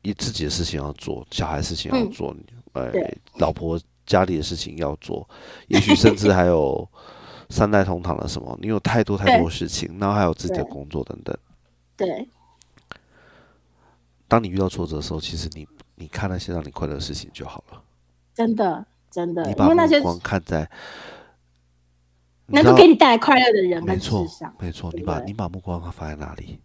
A: 你自己的事情要做，小孩事情要
B: 嗯
A: 做，哎
B: 对，
A: 老婆家里的事情要做，也许甚至还有三代同堂的什么，你有太多太
B: 对
A: 多事情，然后还有自己的
B: 对
A: 工作等等。
B: 对，
A: 当你遇到挫折的时候，其实你你看那些让你快乐的事情就好了，
B: 真的真的
A: 你，
B: 因
A: 把
B: 为那些
A: 目光看在你
B: 能
A: 知
B: 够
A: 道
B: 给你带来快乐的人
A: 没
B: 跟
A: 错
B: 事上，
A: 没错，
B: 对
A: 你
B: 不
A: 把
B: 对
A: 你把目光放在哪里，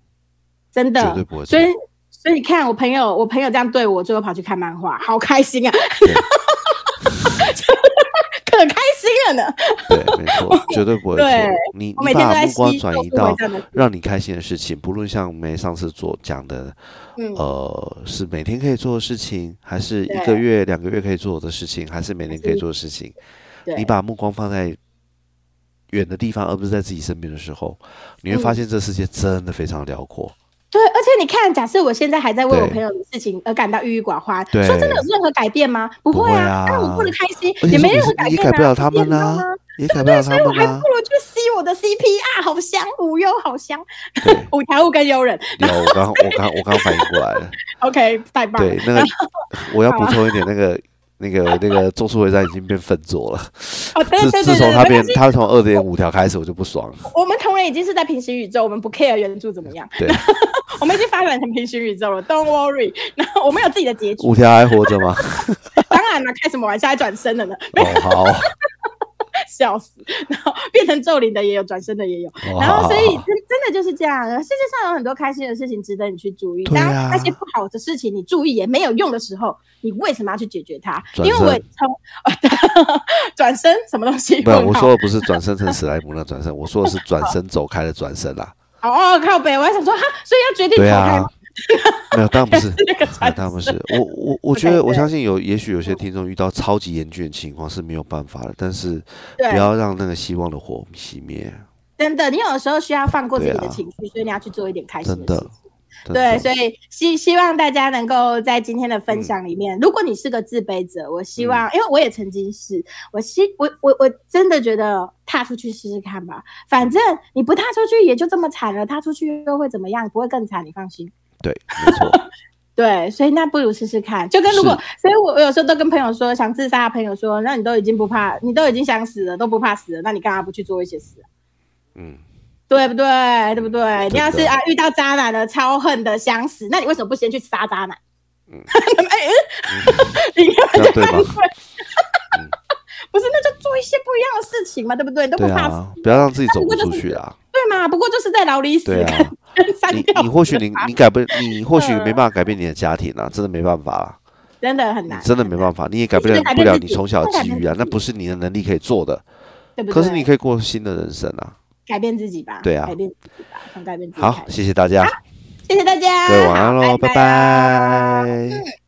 B: 真
A: 绝
B: 的
A: 对。不会错
B: 所。以所以你看，我朋友我朋友这样对我，最后跑去看
A: (laughs)
B: 漫画，好开心啊，
A: 对
B: 可开心了呢。
A: 对，没
B: (laughs)
A: 错，绝对不会错
B: 对。
A: 你
B: 我
A: 你
B: 每天都
A: 把
B: 在
A: 目光
B: 吸
A: 转
B: 收
A: 移
B: 社会
A: 到
B: 上的，
A: 让你开心的事情，不论像梅上次做讲的，
B: 嗯，
A: 呃，是每天可以做的事情，还是一个
B: 对
A: 月、两个月可以做的事情，还是每年可以做的事情，
B: 对，
A: 你把目光放在远的地方，而不是在自己身边的时候，你会发
B: 嗯
A: 现这世界真的非常辽阔。
B: 对，而且你看，假设我现在还在为
A: 对
B: 我朋友的事情而感到郁郁寡欢，
A: 对
B: 说真的有任何改变吗？不
A: 不
B: 会
A: 会
B: 啊，
A: 啊
B: 但我过得开心
A: 而且
B: 也
A: 重
B: 没
A: 点
B: 任何
A: 是
B: 改
A: 你也
B: 变
A: 改
B: 啊，
A: 不了他
B: 你
A: 们
B: 知道
A: 啊
B: 吗，
A: 也改不了他
B: 所以我
A: 们
B: 还
A: 啊
B: 不。如去吸我的 CPR，好香，无忧好香，
A: 对，
B: (laughs) 五条悟跟悠人
A: 有我刚我刚我刚反应过来
B: (laughs)
A: 了。
B: ，OK，太棒了
A: 对，，那个 (laughs) 我要补
B: 啊
A: 充一点，那个那个那个《咒术回战》已经变粪作了。
B: 哦， (laughs) 对对
A: 自
B: 对
A: 自
B: 对
A: 从
B: 对，
A: 他
B: 没
A: 变
B: 关系，
A: 他从二点五条开始，我就不爽了。
B: 我们同人已经是在平行宇宙，我们不 care 原著怎
A: (laughs)
B: 么样，
A: 对，
B: 我们已经发展成平行宇宙了，Don't worry，然后我们有自己的结局，
A: 五条还活着
B: (laughs)
A: 吗？
B: 当然了，开什么玩笑，还转身了呢，
A: 哦，好，
B: 笑死，然后变成咒灵的也有，转身的也有，
A: 哦
B: 然后所以
A: 好
B: 真真的就是这样，世界上有很多开心的事情值得你去注意，
A: 对
B: 当
A: 啊
B: 那些不好的事情你注意也没有用的时候，你为什么要去解决它？因
A: 转
B: 为
A: 身
B: 我从 (laughs) 转身什么东西？
A: 不，
B: 问
A: 我
B: 号
A: 说的不是转身成史莱姆那转身，我说的是转身走开的转身啦。
B: 哦，靠北，我还想说哈，所以要决定投
A: 对
B: 胎
A: 啊
B: 吗？，，
A: (laughs) 没有，当然不是
B: (laughs) 那个
A: 啊
B: 传
A: 当然不
B: 说
A: 是。我我我觉
B: OK，
A: 得，我
B: 对
A: 相信有，也许有些听众遇到超级严峻的情况是没有办法的，但是
B: 对
A: 不要让那个希望的火熄灭，
B: 真的，你有时候需要放过自己的
A: 对啊
B: 情绪，所以你要去做一点开心
A: 真的
B: 的事情。。
A: 真
B: 对，
A: 的
B: 所以希希望大家能够在今天的
A: 嗯
B: 分享里面，如果你是个自卑者，我希望，因为我也曾经是，我希我我我真的觉得踏出去试试看吧，反正你不踏出去也就这么惨了，踏出去又会怎么样？不会更惨，你放心。
A: 对，没
B: (laughs)
A: 错，
B: 对，所以那不如试试看，就跟如果
A: 是，
B: 所以我我有时候都跟朋友说，想自杀的朋友说，那你都已经不怕，你都已经想死了，都不怕死了，那你干嘛不去做一些事啊？
A: 嗯，
B: 对不对？对不对？
A: 真
B: 你
A: 的
B: 要是啊遇到渣男了，超恨的想死，那你为什么不先去杀渣男？
A: 嗯
B: (laughs) 哎，你根
A: 这
B: 本
A: 样
B: 就
A: 对
B: 犯
A: 吧
B: (laughs) 罪。不是，那就做一些不一样的事情嘛，对不对？你都不
A: 对
B: 怕死，
A: 啊，不要让自己走不
B: 不过
A: 出
B: 就是
A: 去啊。
B: 对嘛？不过就是在牢里死，
A: 对啊
B: 跟 (laughs) 删
A: 你
B: 掉
A: 你或许
B: 自
A: 你
B: 杀
A: 你改不，你或许
B: 嗯
A: 没办法改变你的家庭啊，真的没办法啦，
B: 真的很
A: 你
B: 难，
A: 真的没办法，你也改
B: 你
A: 不
B: 只
A: 了
B: 能改
A: 不
B: 变
A: 了
B: 自
A: 你
B: 己
A: 从小的
B: 不能改
A: 际
B: 变
A: 遇啊，
B: 自
A: 那
B: 己
A: 不是你的能力可以做的。
B: 对不对？
A: 可是你可以过新的人生啊。
B: 改变自己吧，
A: 对啊
B: 改变自己吧，从改变自己开
A: 好，
B: 始。
A: 谢谢大家，
B: 谢谢大家，
A: 各位晚安
B: 好
A: 喽，拜
B: 拜。
A: 拜。